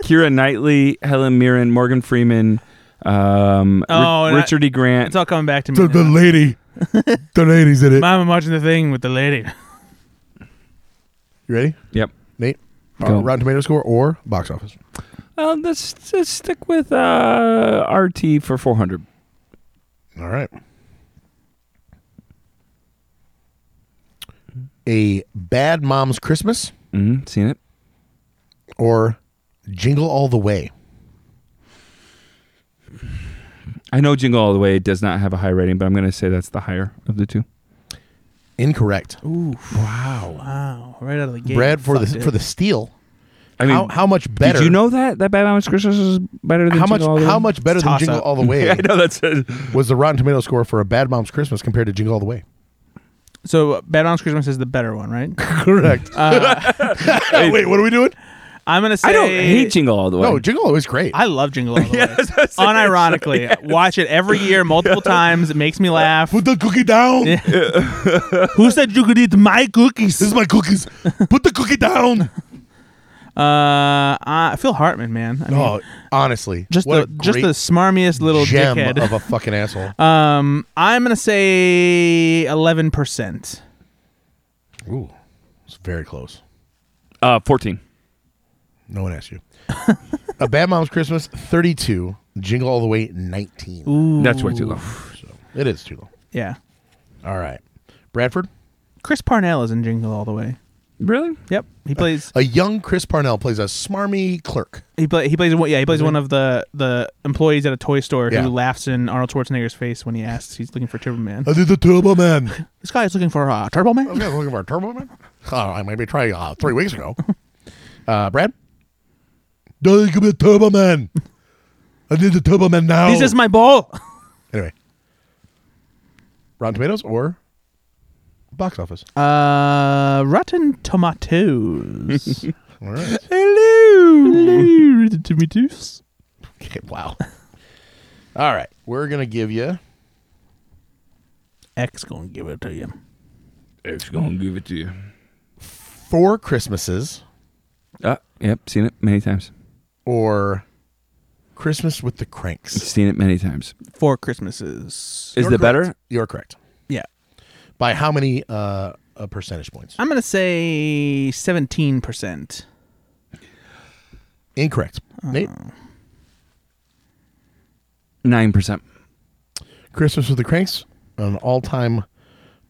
Kira Knightley, Helen Mirren, Morgan Freeman, um, Ri- Oh, and I- Richard E. Grant. It's all coming back to me. The, the now. lady, the lady's in it. Mom, I'm watching the thing with the lady. You ready? Yep. Nate. Go. Uh, Rotten Tomato score or box office? Uh, let's, let's stick with uh, RT for 400. All right. A Bad Mom's Christmas Mm, seen it? or Jingle All the Way? I know Jingle All the Way does not have a high rating, but I'm going to say that's the higher of the two. Incorrect. Ooh, Wow. wow! Right out of the gate. Brad for the Fucked it. for the steal. I mean, how, how much better? did you know that that Bad Moms Christmas is better than how much Jingle All the how Way? much better than Toss Jingle up. All the Way I know that's a, was the Rotten Tomato score for a Bad Mom's Christmas compared to Jingle All the Way? So, uh, Bad on Christmas is the better one, right? Correct. Uh, Wait, what are we doing? I'm gonna say I don't hate Jingle All the Way. No, Jingle All the Way is great. I love Jingle All the Yeah, Way. that's what I'm saying. Unironically, watch it every year, multiple times. It makes me laugh. Put the cookie down. Yeah. Who said you could eat my cookies? This is my cookies. Put the cookie down. Uh, uh Phil Hartman, man. I mean, Oh, honestly, just what the a just great the smarmiest little gem dickhead. of a fucking asshole. um, I'm gonna say eleven percent. Ooh, it's very close. Uh, 14. No one asked you. a Bad Mom's Christmas, thirty-two. Jingle all the way, nineteen. Ooh, That's way too low. So it is too low. Yeah, All right, Bradford. Chris Parnell is in Jingle All the Way. Really? Yep, he plays. A young Chris Parnell plays a smarmy clerk. He play. He plays. one- Yeah, he plays one of the the employees at a toy store Yeah. who laughs in Arnold Schwarzenegger's face when he asks he's looking for Turbo Man. I did the Turbo Man. This guy is looking for uh, Turbo Man. Okay, looking for a Turbo Man. Oh, I maybe tried uh, three weeks ago. Uh, Brad. Does give me a Turbo Man. I need the Turbo Man now. This is my ball. Anyway, Rotten Tomatoes or box office? Uh, Rotten Tomatoes. All right. Hello, Rotten Tomatoes. Okay, wow. All right, we're gonna give you. X gonna give it to you. It's going to give it to you. Four Christmases Uh, yep, seen it many times. or Christmas with the Cranks. Seen it many times. Four Christmases. Is You're the better? correct. You're correct. Yeah, By how many uh, uh, percentage points? I'm gonna say seventeen percent. Incorrect. Oh. Nate. Nine percent. Christmas with the Cranks, an all-time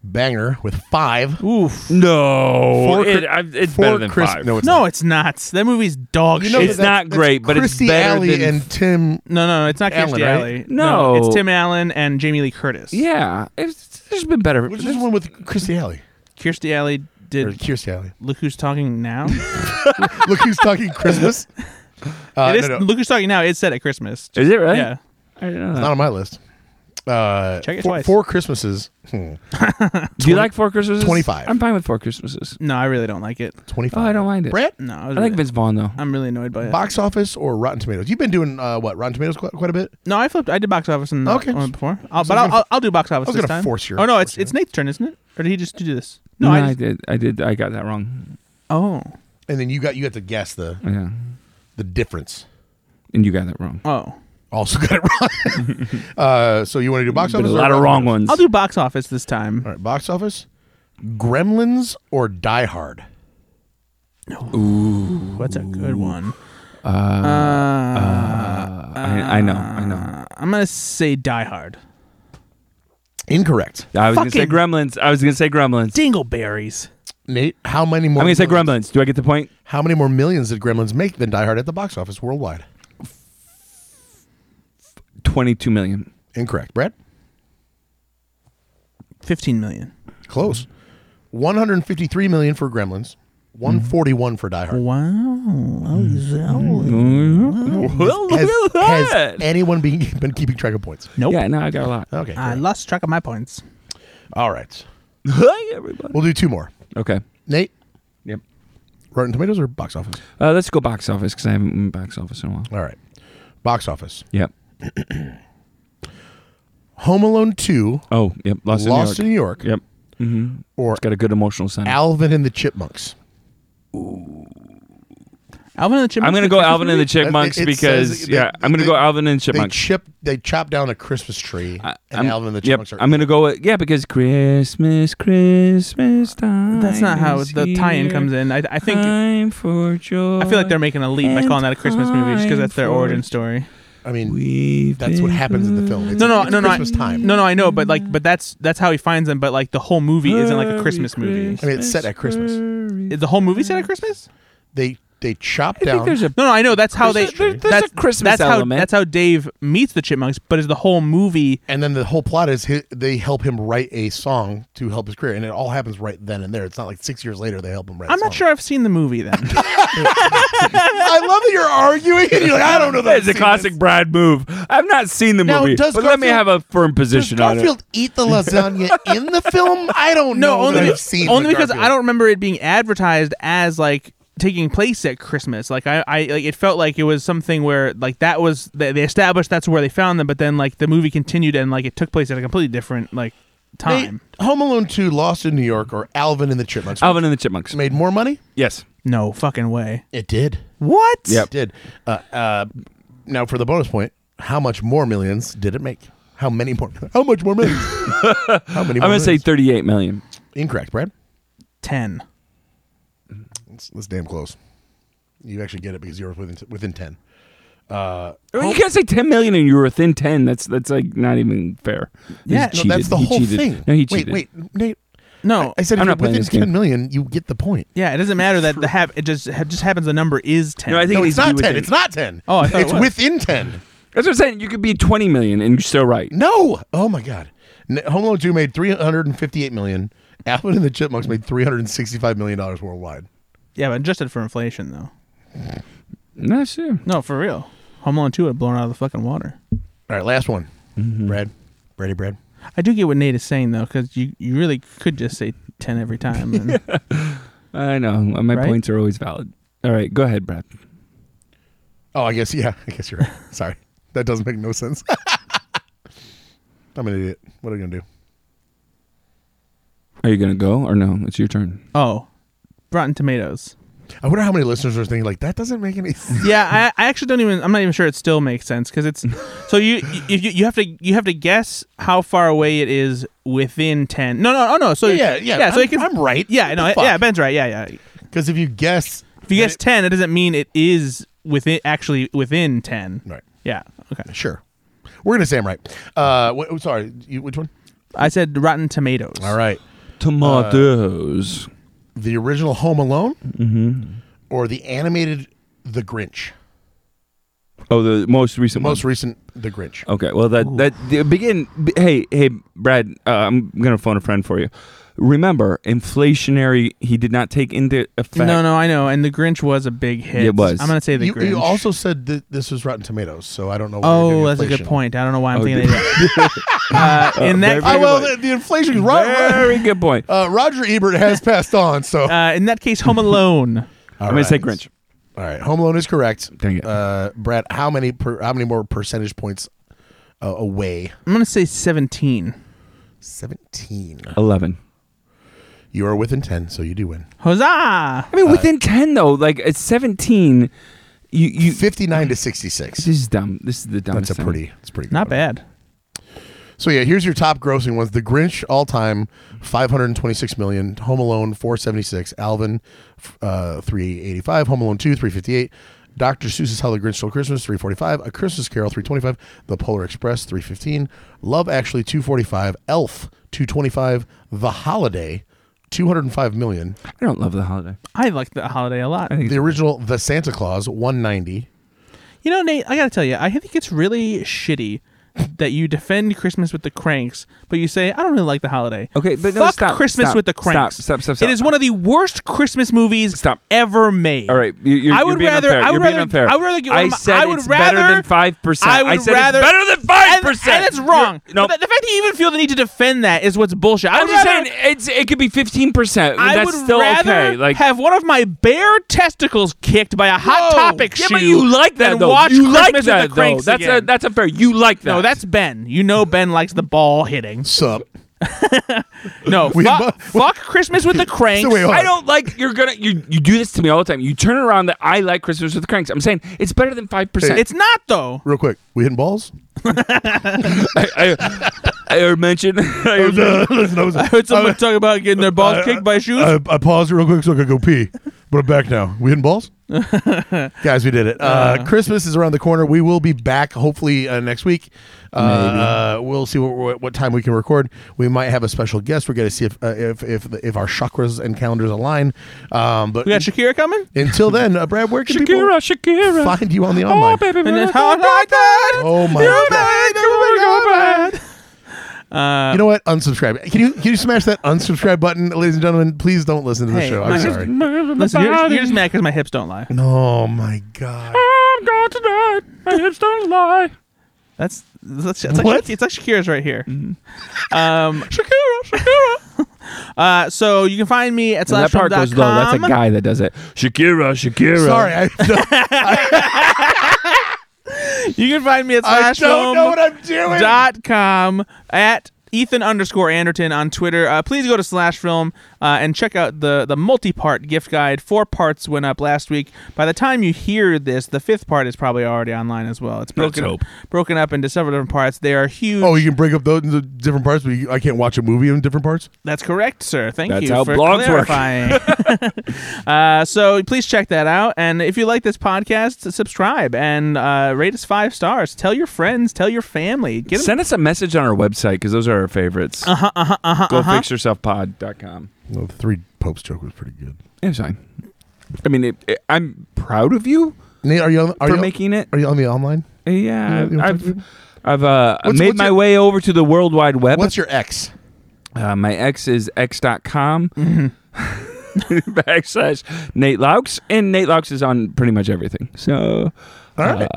banger with five. Oof. No, Four it, cri- I, it's four better than Chris- five. No, it's No, not. it's not. That movie's dog You know shit. It's that- not that's great, but it's Christy better Alley than- and Tim. No, no, it's not Allen, Kirstie right? Alley. No. it's Tim Allen and Jamie Lee Curtis. yeah, it's, there's been better. Which is the one with Christy Alley Kirstie Alley or did. Kirstie Alley? Look who's talking now. Look who's talking Christmas. Uh, it is, no, no, Look who's talking now. It's set at Christmas. Is it right? Yeah. I don't know. not on my list. Uh, Check it four, twice. Four Christmases. Hmm, Do you like Four Christmases? 25. I'm fine with Four Christmases. No, I really don't like it. 25. Oh, I don't mind it. Brett, No, I, was I like really- Vince Vaughn though. I'm really annoyed by it. box office or Rotten Tomatoes? You've been doing uh, what? Rotten Tomatoes quite, quite a bit? no, I flipped. I did box office in the Okay. one before, I'll, So but I was I'll, gonna- I'll, I'll do box office was this gonna time. force your- Oh no, force it's you. it's Nate's turn, isn't it? Or did he just do this? No, No, I, I, just, did. I did. I got that wrong. Oh, And then you got you got to guess the Yeah, the difference. and you got that wrong. oh. Also got it wrong. uh, so you want to do box But office? a or lot of Rotten wrong Tomatoes? ones. I'll do box office this time. All right, box office. Gremlins or Die Hard? Ooh, that's a good one. Uh, Uh, I, I know. I know. I'm gonna say Die Hard. Incorrect. I was gonna say fucking- Gremlins. I was gonna say Gremlins. Dingleberries. Nate, how many more? I'm gonna say millions- Gremlins. Do I get the point? How many more millions did Gremlins make than Die Hard at the box office worldwide? Twenty-two million. Incorrect. Brett, Fifteen million. close. Mm-hmm. 153 million for Gremlins. 141 for Die Hard. Wow. Mm-hmm. has, Look at has that. anyone been, been keeping track of points? Nope. Yeah, no, I got a lot. Okay. I great. lost track of my points. All right. Hey, everybody. We'll do two more. Okay. Nate, Yep. Rotten Tomatoes or box office? Uh, let's go box office because I haven't been box office in a while. All right. Box office. Yep. Home Alone 2, Oh, yep. Lost, Lost in in New York, Yep. Mm-hmm. or It's got a good emotional sound. Alvin and the Chipmunks. Alvin and the Chipmunks. I'm gonna go Christmas Alvin and the movie? Chipmunks It- it because says- yeah, they- I'm gonna they- go Alvin and They Chipmunks. chip they chop down a Christmas tree I- and I'm- Alvin and the yep, Chipmunks are I'm gonna go with yeah because Christmas, Christmas time. That's not how the tie-in comes in. I, I think I Time for joy. feel like they're making a leap by calling that a Christmas movie just because that's their Time for- origin story. I mean We've that's what happens in the film. It's, No, no, it's no, no. I, Christmas time. No, no, I know, but like, but that's that's how he finds them. But like, the whole movie isn't like a Christmas movie. I mean, it's set at Christmas. Is the whole movie set at Christmas? They they chop I think down there's a No, no, I know. That's how There's a- they. there- there's that's a Christmas that's element. How, that's how Dave meets the Chipmunks. But is the whole movie? and then the whole plot is he, they help him write a song to help his career and it all happens right then and there. It's not like 6 years later they help him write a I'm not song. sure I've seen the movie then. I love that you're arguing and you're like I don't know that. It's a classic Brad move. I've not seen the Now, movie, does but let me Garfield- have a firm Does position on it. Garfield eat the lasagna in the film? I don't No, know. only, that be- I've seen only the because Garfield. I don't remember it being advertised as like taking place at Christmas. Like I, I like it felt like it was something where like that was they, they established that's where they found them, but then like the movie continued and like it took place at a completely different like They- time. Home Alone 2, Lost in New York, or Alvin and the Chipmunks Alvin and the Chipmunks. made more money. Yes. no fucking way. It did. What? Yep. It did. Uh, uh, now for the bonus point, how much more millions did it make? How many more? How much more millions? how many? More I'm gonna say millions? 38 million. incorrect, Brad. Ten. It's, it's damn close. You actually get it because you're within within ten. Uh, Oh, You can't say 10 million and you're within 10. That's that's like not even fair. He Yeah. No, cheated. that's the He whole cheated. thing. No, he wait, cheated. Oh, wait, Nate. No. I said if I'm you're not playing within this game. ten million, you get the point. yeah, it doesn't matter that the have it just it just happens. The number is ten. No, I think No, it it's needs not to be ten. within- It's not ten. Oh, I thought it it's was. within ten. That's what I'm saying. You could be 20 million and you're still right. No. Oh my God. N- Home Alone 2 made 358 million. Alvin and the Chipmunks made 365 million dollars worldwide. yeah, but adjusted for inflation though. No, sure. No, for real. Home Alone Two had blown out of the fucking water. All right, last one. Brad, Brady, Brad. I do get what Nate is saying though, because you you really could just say ten every time. And, I know. My Right? points are always valid. All right, go ahead, Brad. Oh, I guess yeah. I guess you're right. Sorry, that doesn't make no sense. I'm an idiot. What are you gonna do? Are you gonna go or no? It's your turn. Oh, Rotten Tomatoes. I wonder how many listeners are thinking like that doesn't make any. sense. Yeah, I, I actually don't even. I'm not even sure it still makes sense because it's. so you, you you you have to you have to guess how far away it is within ten. No, no, oh no. So Yeah, yeah, yeah so I'm- it can, I'm right. Yeah, What no, the fuck? yeah. Ben's right. Yeah, yeah. Because if you guess, If you that guess ten, it doesn't mean it is within actually within ten. it- right, Yeah. Okay. sure, we're gonna say I'm right. Uh, wh- oh, sorry, you, which one? I said Rotten Tomatoes. All right, Tomatoes. the original Home Alone, Mm-hmm. or the animated The Grinch. oh, the most recent Most Mm. one. recent, The Grinch. okay, well that that the begin. b- Hey, hey, Brad. Uh, I'm gonna phone a friend for you. Remember, inflationary. He did not take into effect. No, no, I know. And The Grinch was a big hit. It was. I'm gonna say The You, Grinch. you also said that this was Rotten Tomatoes, so I don't know. why you're Oh, getting that's a good inflation. point. I don't know why I'm Oh, thinking of that. uh, in that Oh, Very well, good the, point. the inflation is right. Very good point. Uh, Roger Ebert has passed on, so uh, in that case, Home Alone. I'm gonna say Grinch. All right, Home Alone is correct. Dang it. Uh, Brad, how many per, how many more percentage points uh, away? I'm gonna say 17. Seventeen. Eleven. You are within ten, so you do win. Huzzah! I mean, within ten though. Like at seventeen, you you. Fifty nine to sixty six. This is dumb. This is the dumbest. That's a thing. pretty. It's pretty. Good Not one. bad. So yeah, here's your top grossing ones: The Grinch all time, five hundred twenty six million; Home Alone, four seventy six; Alvin, f- uh, three eighty five; Home Alone two, three fifty eight; Doctor Seuss's How the Grinch Stole Christmas, three forty five; A Christmas Carol, three twenty five; The Polar Express, three fifteen; Love Actually, two forty five; Elf, two twenty five; The Holiday, two hundred five million; I don't love the holiday. I like the holiday a lot. I think the original The Santa Claus, one ninety. You know, Nate, I gotta tell you, I think it's really shitty that you defend Christmas with the cranks, but you say I don't really like the holiday. Okay, but no, Fuck stop, Christmas stop, with the stop, cranks. stop, stop, stop. It is one of the worst Christmas movies Stop. ever made. All right, you- you're, I would you're being rather. Unfair. I would you're rather. being unfair. I would rather. Get I one of my- said I would it's rather better than five percent. I would said rather it's better than and- five percent. And, it's wrong. No, But the, the fact that you even feel the need to defend that is what's bullshit. I I'm would just rather- saying it's it could be fifteen percent. I That's would still rather okay. Like have Oh, one of my bare testicles kicked by a hot topic yeah, shoe. but you like that than though. watch you like Christmas with that the Cranks though. That's again. a that's a fair. You like that. no, No, that's Ben. You know Ben likes the ball hitting. Sup? No, We fuck, bu- fuck Christmas with the cranks. So wait, hold I on. don't like you're gonna you you do this to me all the time. You turn around that I like Christmas with cranks. I'm saying it's better than five percent. it's not though. Real quick, we hitting balls? I, I, I already mentioned. I, Listen, I was- Heard someone talk about getting their balls kicked by shoes. Uh, I, I paused it real quick so I could go pee, but I'm back now. We hitting balls? Guys, we did it. Uh, Christmas is around the corner. We will be back hopefully uh, next week. Uh, uh, we'll see what, what, what time we can record. We might have a special guest. We're going to see if, uh, if if if our chakras and calendars align. Um, but we got Shakira coming. until then, uh, Brad, where can Shakira, Shakira. Oh, people find you on Oh, the online? And it's hard like that. Oh my You God. Oh made the world go bad. Uh, you know what? Unsubscribe. Can you can you smash that unsubscribe button, ladies and gentlemen? Please don't listen to the Hey, show. my- I'm sorry. Listen, you're, just- you're just mad because my hips don't lie. Oh my god. I'm gone tonight. My hips don't lie. That's that's it's like, What? Mm-hmm. it's like Shakira's right here. Um, Shakira, Shakira. uh, so you can find me at that part goes low. That's a slashfilm.com. guy that does it. Shakira, Shakira. Sorry, I don't, You can find me at I don't know what slashfilm I'm doing. dot com at Ethan underscore Anderton on Twitter. Uh, please go to Slash Film uh, and check out the the multi part gift guide. Four parts went up last week. By the time you hear this, the fifth part is probably already online as well. It's broken hope. broken up into several different parts. They are huge. Oh, you can break up those into different parts, but you, I can't watch a movie in different parts. That's correct, sir. Thank That's you how for blogs work. clarifying. uh, so please check that out, and if you like this podcast, subscribe and uh, rate us five stars. Tell your friends, tell your family. Get 'em- Send us a message on our website because those are our favorites. Uh-huh, Uh huh. Uh huh. Uh huh. GoFixYourselfPod.com. No, the three popes joke was pretty good. It's fine. I mean, it, it, I'm proud of you Nate, are you on, are for you making it. Uh, are you on the online? Yeah, you wanna talk to I've I've uh, What's- made what's my your- way over to the World Wide Web. What's your ex? Uh, my ex is x.com Mm-hmm. backslash Nate Laux, and Nate Laux is on pretty much everything. So All right.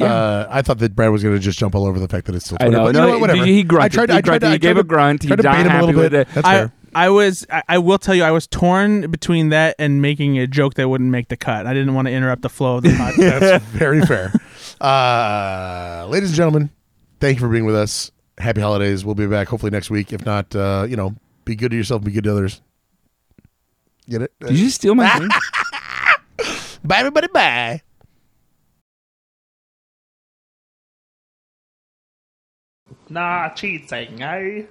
uh, Uh, I thought that Brad was going to just jump all over the fact that it's still. I Twitter, know. but you no, know what, whatever. He, he grunted. I tried. He, I tried. grunted. to- he I gave tried a grunt. He tried to not bait him a happy little with bit. it. That's I, fair. I was I, I will tell you I was torn between that and making a joke that wouldn't make the cut. I didn't want to interrupt the flow of the podcast. That's very fair. Uh, ladies and gentlemen, thank you for being with us. Happy holidays. We'll be back hopefully next week. If not, uh, you know, be good to yourself, be good to others. Get it? Did you just steal my thing? Bye, everybody. Bye. Na, cheating, eh?